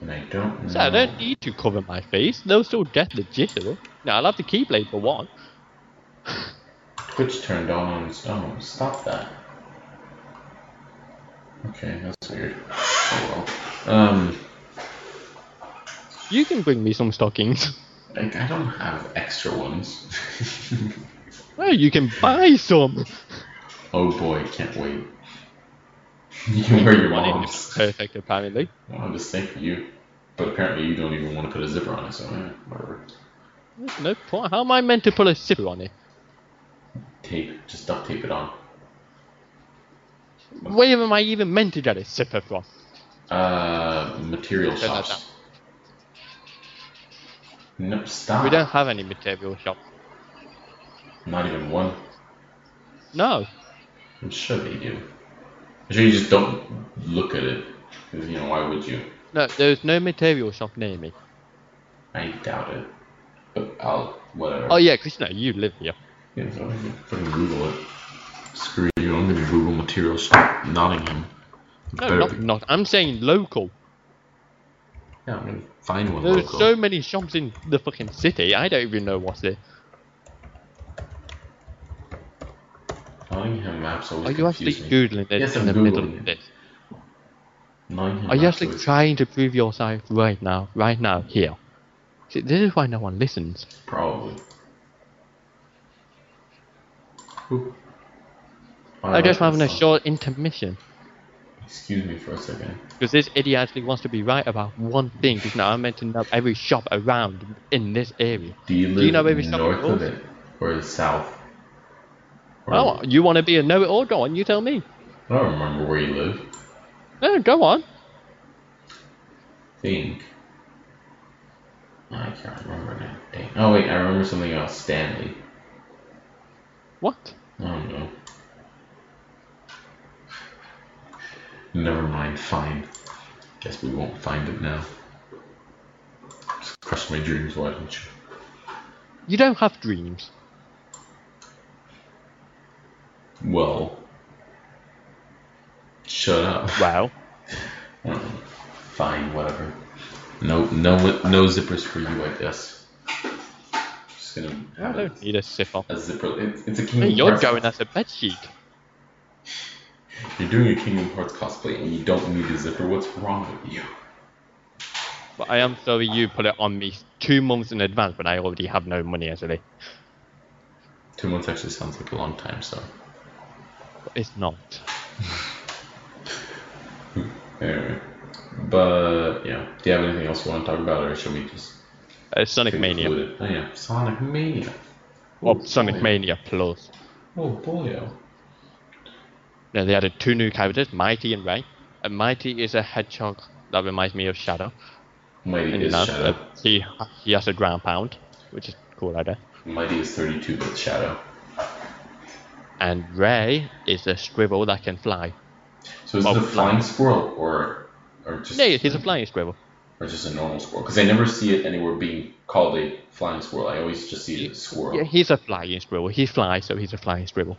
[SPEAKER 1] And I don't know.
[SPEAKER 2] So I don't need to cover my face. They'll still get legitimate. Now I'll have the keyblade for one.
[SPEAKER 1] Twitch turned on on its own. Stop that. Okay, that's weird. Oh well. Um,
[SPEAKER 2] You can bring me some stockings.
[SPEAKER 1] like I don't have extra ones.
[SPEAKER 2] Well, you can buy some.
[SPEAKER 1] oh boy, can't wait. You can wear your
[SPEAKER 2] Money
[SPEAKER 1] mom's.
[SPEAKER 2] is perfect, apparently.
[SPEAKER 1] Well, I'm just saying for you. But apparently you don't even want to put a zipper on it, so eh, whatever.
[SPEAKER 2] There's no point. How am I meant to put a zipper on it?
[SPEAKER 1] Tape, just duct tape it on.
[SPEAKER 2] Where am I even meant to get a zipper from?
[SPEAKER 1] Uh, material
[SPEAKER 2] Turn that
[SPEAKER 1] shops. No, stop.
[SPEAKER 2] We don't have any material shop.
[SPEAKER 1] Not even one.
[SPEAKER 2] No.
[SPEAKER 1] I'm sure they do. I'm sure you just don't look at it. 'Cause, you know, why would you?
[SPEAKER 2] No, there's no material shop near me.
[SPEAKER 1] I doubt it. But I'll, whatever.
[SPEAKER 2] Oh yeah, Krishna, you live here.
[SPEAKER 1] Yeah, so I'm gonna fucking Google it. Screw you, I'm gonna Google material shop Nottingham.
[SPEAKER 2] No,
[SPEAKER 1] Better
[SPEAKER 2] not,
[SPEAKER 1] be-
[SPEAKER 2] not. I'm saying local.
[SPEAKER 1] Yeah, I'm gonna find one
[SPEAKER 2] There's
[SPEAKER 1] local.
[SPEAKER 2] so many shops in the fucking city. I don't even know what's there.
[SPEAKER 1] Nottingham maps always
[SPEAKER 2] Are you actually
[SPEAKER 1] confuse me.
[SPEAKER 2] googling this
[SPEAKER 1] Yes,
[SPEAKER 2] in
[SPEAKER 1] I'm
[SPEAKER 2] the middle
[SPEAKER 1] Googling
[SPEAKER 2] of
[SPEAKER 1] it.
[SPEAKER 2] this?
[SPEAKER 1] Nottingham
[SPEAKER 2] Are you
[SPEAKER 1] maps
[SPEAKER 2] actually
[SPEAKER 1] always-
[SPEAKER 2] trying to prove yourself right now? Right now, here. See, this is why no one listens.
[SPEAKER 1] Probably. Oop. Oh,
[SPEAKER 2] I just
[SPEAKER 1] like
[SPEAKER 2] having
[SPEAKER 1] this
[SPEAKER 2] a
[SPEAKER 1] song.
[SPEAKER 2] short intermission
[SPEAKER 1] Excuse me for a second.
[SPEAKER 2] because this idiot actually wants to be right about one thing. Because now I'm meant to know every shop around in this area.
[SPEAKER 1] Do you live
[SPEAKER 2] you know where we shop
[SPEAKER 1] north of
[SPEAKER 2] goes?
[SPEAKER 1] it or south? Or-
[SPEAKER 2] Oh, you want to be a know-it-all? Go on, you tell me.
[SPEAKER 1] I don't remember where you live.
[SPEAKER 2] No, go on.
[SPEAKER 1] Think. I can't remember now. Dang. Oh wait, I remember something about Stanley.
[SPEAKER 2] What?
[SPEAKER 1] I don't know. Never mind. Fine. Guess we won't find it now. Just crush my dreams, why don't you?
[SPEAKER 2] You don't have dreams.
[SPEAKER 1] Well, shut up.
[SPEAKER 2] Well,
[SPEAKER 1] Fine, whatever. No, no, no zippers for you, I guess. Just gonna
[SPEAKER 2] I
[SPEAKER 1] have a,
[SPEAKER 2] don't need a zipper.
[SPEAKER 1] a zipper. It's, it's a
[SPEAKER 2] Hey,
[SPEAKER 1] Kingdom
[SPEAKER 2] you're
[SPEAKER 1] Hearts.
[SPEAKER 2] going as a bed sheet.
[SPEAKER 1] You're doing a Kingdom Hearts cosplay and you don't need a zipper. What's wrong with you?
[SPEAKER 2] But I am sorry you put it on me two months in advance when I already have no money actually.
[SPEAKER 1] Two months actually sounds like a long time, so.
[SPEAKER 2] But it's not.
[SPEAKER 1] Anyway. But, yeah. Do you have anything else you want to talk about, or should we just
[SPEAKER 2] Uh, Sonic Mania.
[SPEAKER 1] conclude it? Oh, yeah. Sonic Mania.
[SPEAKER 2] Well,
[SPEAKER 1] Oh,
[SPEAKER 2] Sonic
[SPEAKER 1] boy.
[SPEAKER 2] Mania Plus.
[SPEAKER 1] Oh, boy. oh.
[SPEAKER 2] Yeah, they added two new characters, Mighty and Ray. And Mighty is a hedgehog that reminds me of Shadow.
[SPEAKER 1] Mighty
[SPEAKER 2] And
[SPEAKER 1] is
[SPEAKER 2] now,
[SPEAKER 1] Shadow.
[SPEAKER 2] uh, he, he has a ground pound, which is cool, I guess.
[SPEAKER 1] Mighty is 32 bit Shadow.
[SPEAKER 2] And Ray is a squirrel that can fly.
[SPEAKER 1] So is
[SPEAKER 2] Well,
[SPEAKER 1] it a flying squirrel, or, or just.
[SPEAKER 2] Yeah, he's a flying squirrel.
[SPEAKER 1] or just a normal squirrel? Because I never see it anywhere being called a flying squirrel. I always just see it as a squirrel.
[SPEAKER 2] Yeah, he's a flying squirrel. He flies, so he's a flying squirrel.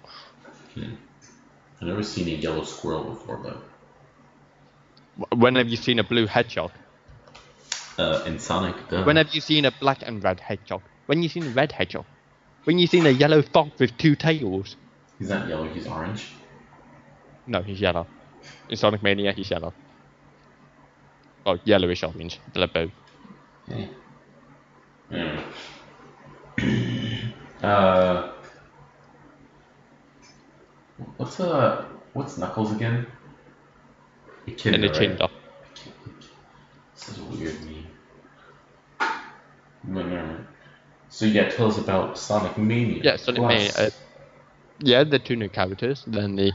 [SPEAKER 1] I've never seen a yellow squirrel before, but
[SPEAKER 2] Wh- When have you seen a blue hedgehog?
[SPEAKER 1] uh, in Sonic, duh.
[SPEAKER 2] When have you seen a black and red hedgehog? When you seen a red hedgehog? When you seen a yellow fox with two tails?
[SPEAKER 1] he's not yellow, he's orange.
[SPEAKER 2] No, he's yellow. In Sonic Mania, he's yellow. Oh, yellowish orange. Blah, blah.
[SPEAKER 1] Yeah. Anyway. uh, what's uh, what's Knuckles again? A kid,
[SPEAKER 2] And they changed up.
[SPEAKER 1] This is a weird name. But never mind. So yeah, tell us about Sonic Mania.
[SPEAKER 2] Yeah, Sonic
[SPEAKER 1] Plus.
[SPEAKER 2] Mania. Uh, yeah, the two new characters. Then the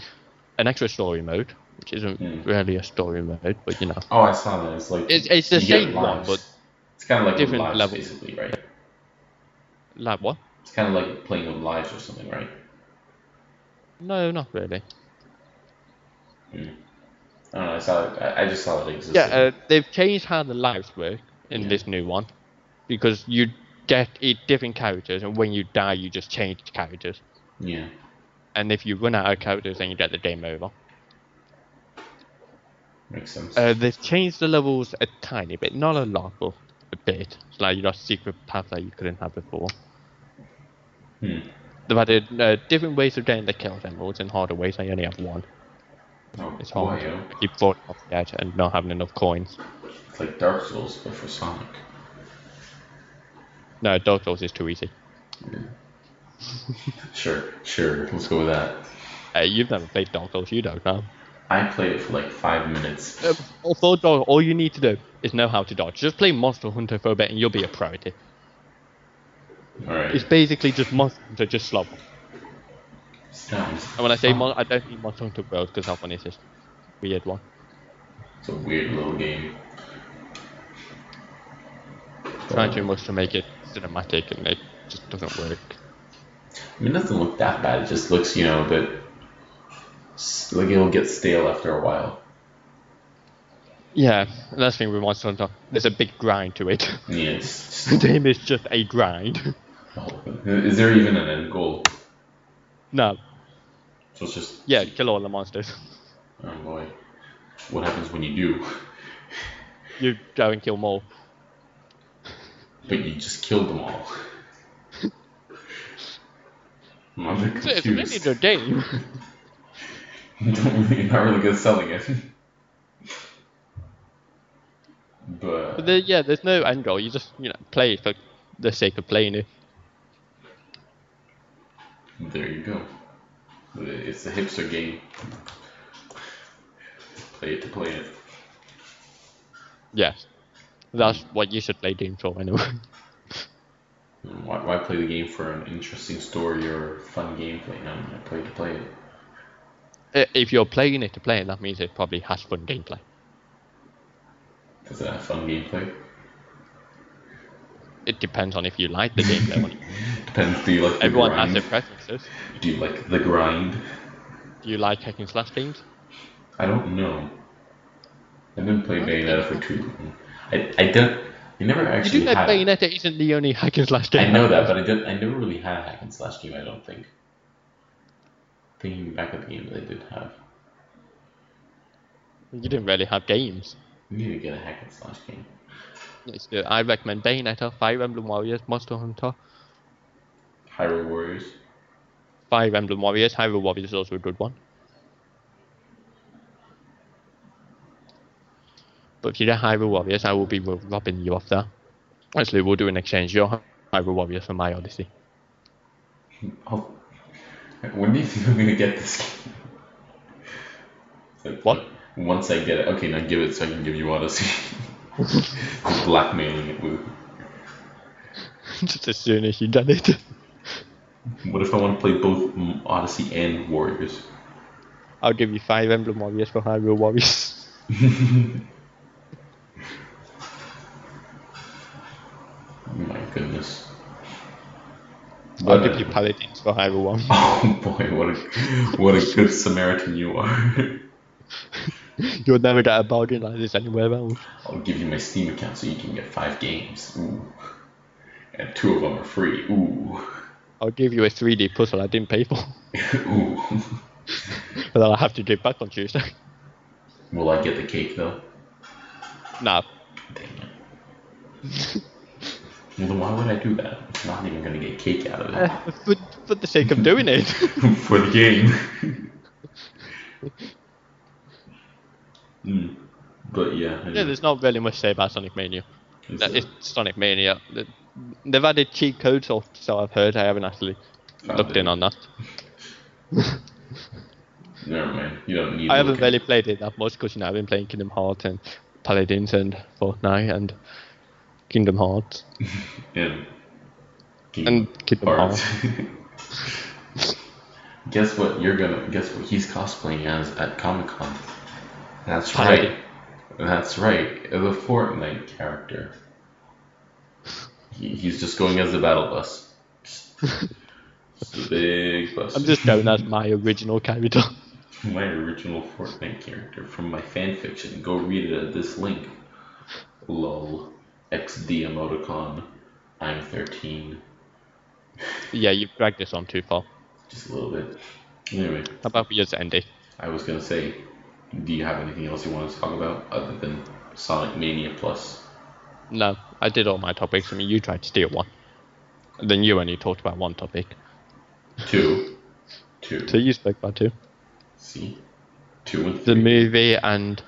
[SPEAKER 2] an extra story mode, which isn't
[SPEAKER 1] Hmm.
[SPEAKER 2] really a story mode, but you know.
[SPEAKER 1] Oh, I saw that. It's like
[SPEAKER 2] It's, it's the
[SPEAKER 1] you get
[SPEAKER 2] same one,
[SPEAKER 1] lives.
[SPEAKER 2] but
[SPEAKER 1] it's kind of like
[SPEAKER 2] different
[SPEAKER 1] lives,
[SPEAKER 2] levels.
[SPEAKER 1] basically, right?
[SPEAKER 2] like what?
[SPEAKER 1] It's kind of like playing with lives or something, right?
[SPEAKER 2] No, not really.
[SPEAKER 1] I don't know. I saw. It, I, I just saw that it existed.
[SPEAKER 2] Yeah, uh, they've changed how the lives work in
[SPEAKER 1] Yeah.
[SPEAKER 2] this new one because you get eat different characters, and when you die, you just change characters.
[SPEAKER 1] yeah.
[SPEAKER 2] And if you run out of characters, then you get the game over.
[SPEAKER 1] Makes sense.
[SPEAKER 2] Uh, they've changed the levels a tiny bit, not a lot, but a bit. It's like you got secret paths that you couldn't have before.
[SPEAKER 1] hmm.
[SPEAKER 2] They've added uh, different ways of getting the kills emeralds in harder ways. I only have one.
[SPEAKER 1] Oh,
[SPEAKER 2] It's
[SPEAKER 1] boy,
[SPEAKER 2] hard.
[SPEAKER 1] yo.
[SPEAKER 2] Keep falling off the edge and not having enough coins.
[SPEAKER 1] It's like Dark Souls, but for Sonic.
[SPEAKER 2] No, Dark Souls is too easy.
[SPEAKER 1] Sure, sure. Let's go with that.
[SPEAKER 2] Uh, you've never played Dark Souls, you don't know.
[SPEAKER 1] I played it for like five minutes.
[SPEAKER 2] Uh, although dodge, all you need to do is know how to dodge. Just play Monster Hunter for a bit and you'll be a pro at it.
[SPEAKER 1] All right.
[SPEAKER 2] It's basically just Monster Hunter, just slow.
[SPEAKER 1] Sounds.
[SPEAKER 2] And when I say mon- I don't mean Monster Hunter World because that one is this weird one.
[SPEAKER 1] It's a weird little game.
[SPEAKER 2] Trying too much to make it cinematic and it just doesn't work.
[SPEAKER 1] I mean, it doesn't look that bad. It just looks, you know, a bit s- like it'll get stale after a while.
[SPEAKER 2] Yeah, and that's the thing with Monster Hunter. There's a big grind to it.
[SPEAKER 1] Yeah. It's
[SPEAKER 2] the
[SPEAKER 1] just,
[SPEAKER 2] game is just a grind.
[SPEAKER 1] is there even an end goal?
[SPEAKER 2] no,
[SPEAKER 1] So it's just
[SPEAKER 2] yeah, kill all the monsters.
[SPEAKER 1] Oh boy. What happens when you do?
[SPEAKER 2] You go and kill more.
[SPEAKER 1] But you just killed them all. I'm a bit
[SPEAKER 2] It's, it's really
[SPEAKER 1] confused.
[SPEAKER 2] the game.
[SPEAKER 1] Don't really, not really good at selling it.
[SPEAKER 2] But
[SPEAKER 1] But
[SPEAKER 2] there, yeah, there's no end goal. You just you know play it for the sake of playing it.
[SPEAKER 1] there you go. It's a hipster game. Play it to play it.
[SPEAKER 2] Yes, that's what you should play Doom for anyway.
[SPEAKER 1] Why, why play the game for an interesting story or fun gameplay? No, I play to play it.
[SPEAKER 2] I- if you're playing it to play it, that means it probably has fun gameplay.
[SPEAKER 1] Does it have fun gameplay?
[SPEAKER 2] It depends on if you like the gameplay. or not.
[SPEAKER 1] Depends. Do you like the
[SPEAKER 2] Everyone has
[SPEAKER 1] grind?
[SPEAKER 2] their preferences.
[SPEAKER 1] Do you like the grind?
[SPEAKER 2] Do you like hack and slash games?
[SPEAKER 1] I don't know. I didn't play Bayonetta for too long. I, I don't. I never
[SPEAKER 2] You
[SPEAKER 1] actually
[SPEAKER 2] do know
[SPEAKER 1] had.
[SPEAKER 2] Bayonetta isn't the only hack and slash game.
[SPEAKER 1] I know that, but I didn't. I never really had a hack and slash game. I don't think. Thinking back at the games I did have,
[SPEAKER 2] You didn't really have games.
[SPEAKER 1] I need to get a hack and slash game.
[SPEAKER 2] Let's do it. I recommend Bayonetta, Fire Emblem Warriors, Monster Hunter,
[SPEAKER 1] Hyrule Warriors.
[SPEAKER 2] Fire Emblem Warriors. Hyrule Warriors is also a good one. But if you get Hyrule Warriors, I will be ro- robbing you off that. Actually, we'll do an exchange. Your Hyrule Warriors for my Odyssey.
[SPEAKER 1] Oh, when do you think I'm gonna get this? game? It's like,
[SPEAKER 2] What?
[SPEAKER 1] Once I get it, okay, now give it so I can give you Odyssey. Just blackmailing it. With,
[SPEAKER 2] Just as soon as you done it.
[SPEAKER 1] what if I want to play both mm, Odyssey and Warriors?
[SPEAKER 2] I'll give you Fire Emblem Warriors for Hyrule Warriors.
[SPEAKER 1] My goodness.
[SPEAKER 2] I'll
[SPEAKER 1] But,
[SPEAKER 2] give you
[SPEAKER 1] uh,
[SPEAKER 2] Paladins for Hyrule Warriors.
[SPEAKER 1] Oh boy, what a what a good Samaritan you are.
[SPEAKER 2] You'll never get a bargain like this anywhere else.
[SPEAKER 1] I'll give you my Steam account so you can get five games. Ooh. And two of them are free. Ooh.
[SPEAKER 2] I'll give you a 3D puzzle I didn't pay for,
[SPEAKER 1] Ooh.
[SPEAKER 2] but I'll have to give back on Tuesday.
[SPEAKER 1] Will I get the cake though?
[SPEAKER 2] nah,
[SPEAKER 1] Dang it. Well, then why would I do that? I'm not even gonna get cake out of
[SPEAKER 2] uh, for, for the sake of doing it.
[SPEAKER 1] it. For the game. mm. But yeah. I-
[SPEAKER 2] yeah, there's not really much to say about Sonic Mania.
[SPEAKER 1] it's-
[SPEAKER 2] That is Sonic Mania. Th- They've added cheat codes, or so I've heard. I haven't actually
[SPEAKER 1] Oh,
[SPEAKER 2] looked
[SPEAKER 1] they-
[SPEAKER 2] in on that.
[SPEAKER 1] Never mind. You don't need
[SPEAKER 2] I haven't
[SPEAKER 1] looking.
[SPEAKER 2] really played it that much because you know I've been playing Kingdom Hearts and Paladins and Fortnite and Kingdom Hearts
[SPEAKER 1] And
[SPEAKER 2] and Kingdom
[SPEAKER 1] Hearts.
[SPEAKER 2] Hearts.
[SPEAKER 1] guess what? You're gonna guess what he's cosplaying as at Comic Con. That's
[SPEAKER 2] Paladin.
[SPEAKER 1] right. That's right. The Fortnite character. He, he's just going as the battle bus. Just a big bus.
[SPEAKER 2] I'm just going as my original character.
[SPEAKER 1] my original Fortnite character from my fan fiction. Go read it at this link. Lol. XD emoticon. I'm 13.
[SPEAKER 2] yeah, you've dragged this on too far.
[SPEAKER 1] Just a little bit. Anyway.
[SPEAKER 2] How about we just end it?
[SPEAKER 1] I was gonna say, do you have anything else you want to talk about other than Sonic Mania Plus?
[SPEAKER 2] No, I did all my topics. I mean, you tried to steal one. And then you only talked about one topic.
[SPEAKER 1] Two, two.
[SPEAKER 2] So you spoke about two.
[SPEAKER 1] See, two and three.
[SPEAKER 2] The movie and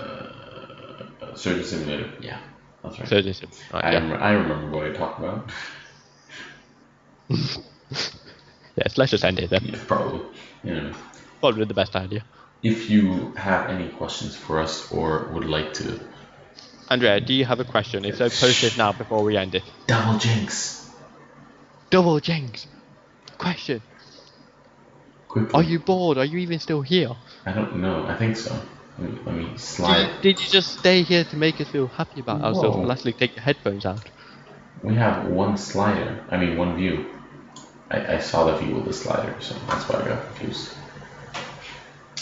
[SPEAKER 1] Uh, Surgeon Simulator. Yeah, that's right.
[SPEAKER 2] Surgeon Sim. Right,
[SPEAKER 1] I,
[SPEAKER 2] yeah.
[SPEAKER 1] rem- I remember what I talked about.
[SPEAKER 2] Yes, let's just end it then.
[SPEAKER 1] yeah, probably. You know,
[SPEAKER 2] Probably the best idea.
[SPEAKER 1] if you have any questions for us or would like to
[SPEAKER 2] Andrea, do you have a question? If so, post it now before we end it.
[SPEAKER 1] double jinx
[SPEAKER 2] Double Jenks! Question.
[SPEAKER 1] quickly,
[SPEAKER 2] Are you bored? Are you even still here?
[SPEAKER 1] I don't know. I think so. Let me, let me slide.
[SPEAKER 2] Did you, did you just stay here to make us feel happy about ourselves?
[SPEAKER 1] No.
[SPEAKER 2] Well, actually, take your headphones out.
[SPEAKER 1] We have one slider. I mean, one view. I, I saw the view of the slider, so that's why I got confused.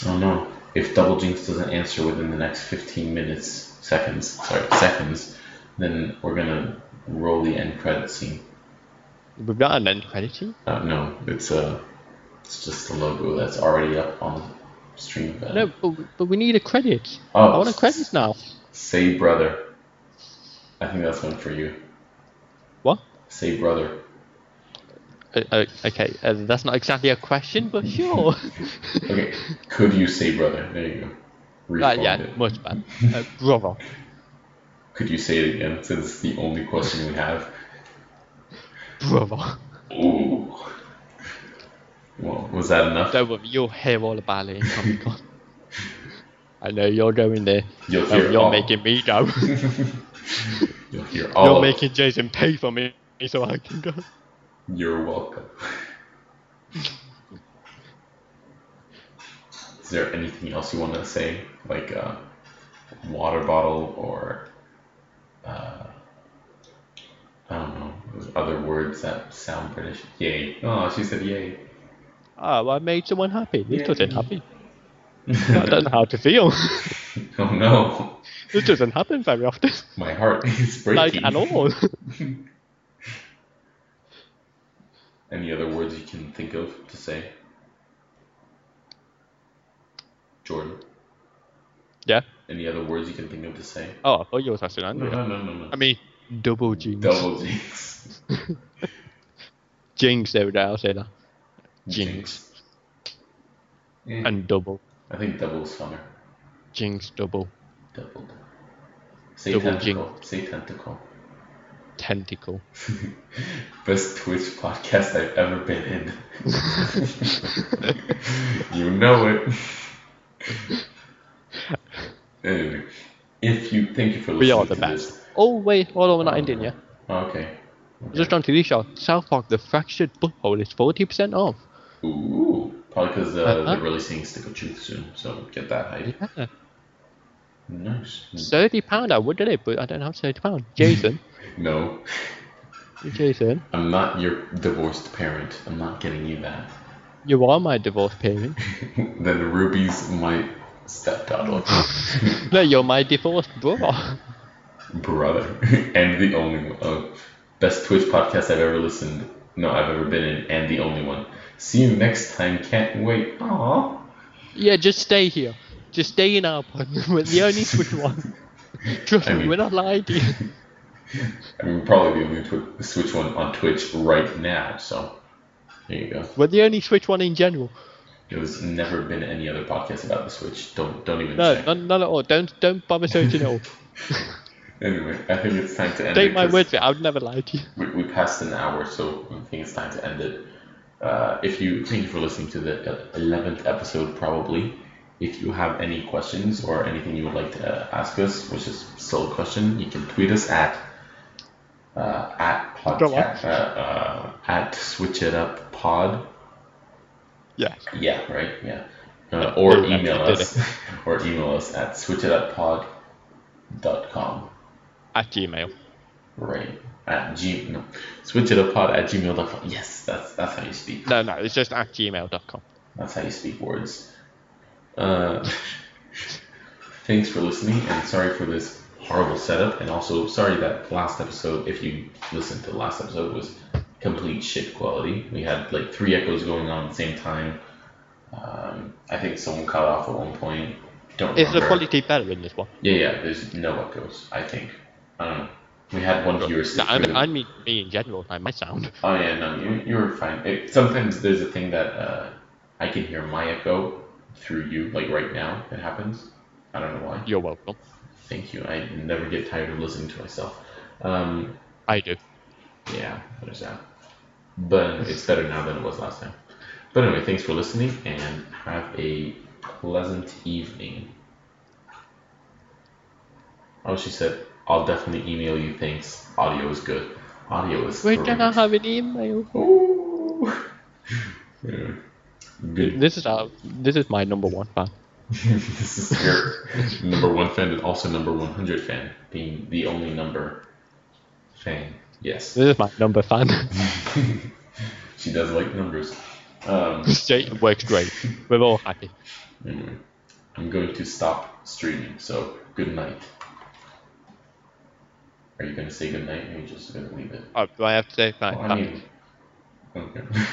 [SPEAKER 1] Oh no. If Double Jinx doesn't answer within the next 15 minutes, seconds, sorry, seconds, then we're gonna roll the end credit scene.
[SPEAKER 2] We've got an end credit scene.
[SPEAKER 1] Uh, no, it's a, it's just the logo that's already up on the stream. but-
[SPEAKER 2] No, but, we- but we need a credit.
[SPEAKER 1] Oh.
[SPEAKER 2] I want a credit now.
[SPEAKER 1] Say brother. I think that's one for you.
[SPEAKER 2] What?
[SPEAKER 1] Say brother.
[SPEAKER 2] Uh, uh, okay, uh, that's not exactly a question, but sure.
[SPEAKER 1] Okay. Could you say brother? There you go.
[SPEAKER 2] right,
[SPEAKER 1] Reformed
[SPEAKER 2] yeah,
[SPEAKER 1] it.
[SPEAKER 2] much better. Uh, brother.
[SPEAKER 1] Could you say it again since it's the only question we have?
[SPEAKER 2] Brother.
[SPEAKER 1] Ooh. Well, was that enough?
[SPEAKER 2] Don't worry, you'll hear all about it in Comic Con. I know you're going there.
[SPEAKER 1] You'll
[SPEAKER 2] Um,
[SPEAKER 1] hear
[SPEAKER 2] you're
[SPEAKER 1] all.
[SPEAKER 2] making me go.
[SPEAKER 1] You'll hear all.
[SPEAKER 2] you're
[SPEAKER 1] of-
[SPEAKER 2] making Jason pay for me so I can go.
[SPEAKER 1] You're welcome. Is there anything else you want to say? Like uh, water bottle or uh, I don't know. There's other words that sound British. Yay. Oh, she said yay.
[SPEAKER 2] Oh, I made someone happy. This doesn't
[SPEAKER 1] Yay.
[SPEAKER 2] happen. I don't know how to feel.
[SPEAKER 1] Oh no.
[SPEAKER 2] this doesn't happen very often.
[SPEAKER 1] My heart is
[SPEAKER 2] Like,
[SPEAKER 1] breaking.
[SPEAKER 2] at all.
[SPEAKER 1] Any other words you can think of to say? Jordan.
[SPEAKER 2] yeah.
[SPEAKER 1] Any other words you can think of to say?
[SPEAKER 2] Oh, I thought you were touching on
[SPEAKER 1] No,
[SPEAKER 2] it.
[SPEAKER 1] no, no, no. no.
[SPEAKER 2] I mean, double jinx.
[SPEAKER 1] Double jinx.
[SPEAKER 2] Jinx every day, I'll say that. Jinx.
[SPEAKER 1] Mm,
[SPEAKER 2] And double.
[SPEAKER 1] I think double is funner.
[SPEAKER 2] Jinx, double.
[SPEAKER 1] Double. Say
[SPEAKER 2] Double
[SPEAKER 1] tentacle. Say tentacle.
[SPEAKER 2] Tentacle.
[SPEAKER 1] Best Twitch podcast I've ever been in. you know it. anyway, if you thank you for listening
[SPEAKER 2] We are the
[SPEAKER 1] to
[SPEAKER 2] best.
[SPEAKER 1] this.
[SPEAKER 2] Oh, wait, hold on, we're not ending yet.
[SPEAKER 1] Okay.
[SPEAKER 2] Just on TV show, South Park The Fractured Butthole is 40% off.
[SPEAKER 1] Ooh, probably because uh,
[SPEAKER 2] Uh-huh.
[SPEAKER 1] they're releasing Stick of Truth soon, so get that hype.
[SPEAKER 2] Yeah.
[SPEAKER 1] Nice.
[SPEAKER 2] £30, I would do it, but I don't have £30. Jason,
[SPEAKER 1] No,
[SPEAKER 2] Jason,
[SPEAKER 1] I'm not your divorced parent. I'm not getting you that.
[SPEAKER 2] you are my divorce parent.
[SPEAKER 1] then Ruby's my stepdaughter,
[SPEAKER 2] No, you're my divorced brother.
[SPEAKER 1] brother, and the only one. Uh, best Twitch podcast I've ever listened. No, I've ever been in, and the only one. See you next time. Can't wait. Aww.
[SPEAKER 2] Yeah, just stay here. Just stay in our apartment. We're the only Twitch one. Trust
[SPEAKER 1] I
[SPEAKER 2] me,
[SPEAKER 1] mean-
[SPEAKER 2] we're not lying to you.
[SPEAKER 1] I mean, probably the only twi- Switch one on Twitch right now. So there you go.
[SPEAKER 2] We're the only Switch one in general.
[SPEAKER 1] There's never been any other podcast about the Switch. Don't don't even
[SPEAKER 2] No,
[SPEAKER 1] check.
[SPEAKER 2] none, none at all. Don't don't bother searching at all.
[SPEAKER 1] Anyway, I think it's time to end
[SPEAKER 2] Take
[SPEAKER 1] it
[SPEAKER 2] my
[SPEAKER 1] 'cause
[SPEAKER 2] word for it. I would never lie to you.
[SPEAKER 1] We, we passed an hour, so I think it's time to end it. Uh, if you thank you for listening to the uh, eleventh episode, probably. If you have any questions or anything you would like to uh, ask us, which is still a question, you can tweet us at uh, at
[SPEAKER 2] Go on.
[SPEAKER 1] podcast uh, uh, at switch it up pod.
[SPEAKER 2] Yeah.
[SPEAKER 1] Yeah, right. Yeah. Uh, or
[SPEAKER 2] Yeah, I
[SPEAKER 1] email
[SPEAKER 2] did
[SPEAKER 1] us, or email us at switchituppod.com.
[SPEAKER 2] At Gmail.
[SPEAKER 1] Right. At g no. Switch it up pod at gmail.com. Yes, that's that's how you speak.
[SPEAKER 2] No, no, it's just at gmail.com.
[SPEAKER 1] That's how you speak words. Uh, thanks for listening and sorry for this horrible setup and also sorry that last episode, if you listened to the last episode, was complete shit quality. We had like three echoes going on at the same time. Um, I think someone cut off at one point. Don't
[SPEAKER 2] Is the
[SPEAKER 1] remember.
[SPEAKER 2] quality better in this one?
[SPEAKER 1] Yeah, yeah. There's no echoes. I think. I don't know. We had one viewer.
[SPEAKER 2] No,
[SPEAKER 1] stick
[SPEAKER 2] I
[SPEAKER 1] through
[SPEAKER 2] mean,
[SPEAKER 1] the-
[SPEAKER 2] I mean me in general, like my sound.
[SPEAKER 1] Oh yeah, no, you you were fine. It, sometimes there's a thing that uh, I can hear my echo through you, like right now. It happens. I don't know why.
[SPEAKER 2] You're welcome.
[SPEAKER 1] Thank you. I never get tired of listening to myself. Um,
[SPEAKER 2] I do.
[SPEAKER 1] yeah, what is that? But it's better now than it was last time. But anyway, thanks for listening and have a pleasant evening. Oh, she said, I'll definitely email you. Thanks. Audio is good. Audio is
[SPEAKER 2] We
[SPEAKER 1] great.
[SPEAKER 2] don't have an email.
[SPEAKER 1] Ooh. Yeah. Good.
[SPEAKER 2] This is our, this is my number one fan.
[SPEAKER 1] this is your number one fan and also number 100 fan, being the only number fan. Yes.
[SPEAKER 2] This is my number fan.
[SPEAKER 1] she does like numbers. Um,
[SPEAKER 2] Straight works great. We're all happy.
[SPEAKER 1] anyway, I'm going to stop streaming, so good night. Are you going to say good night or are you just going to leave it?
[SPEAKER 2] Oh, do I have to say my
[SPEAKER 1] Well, I mean, okay.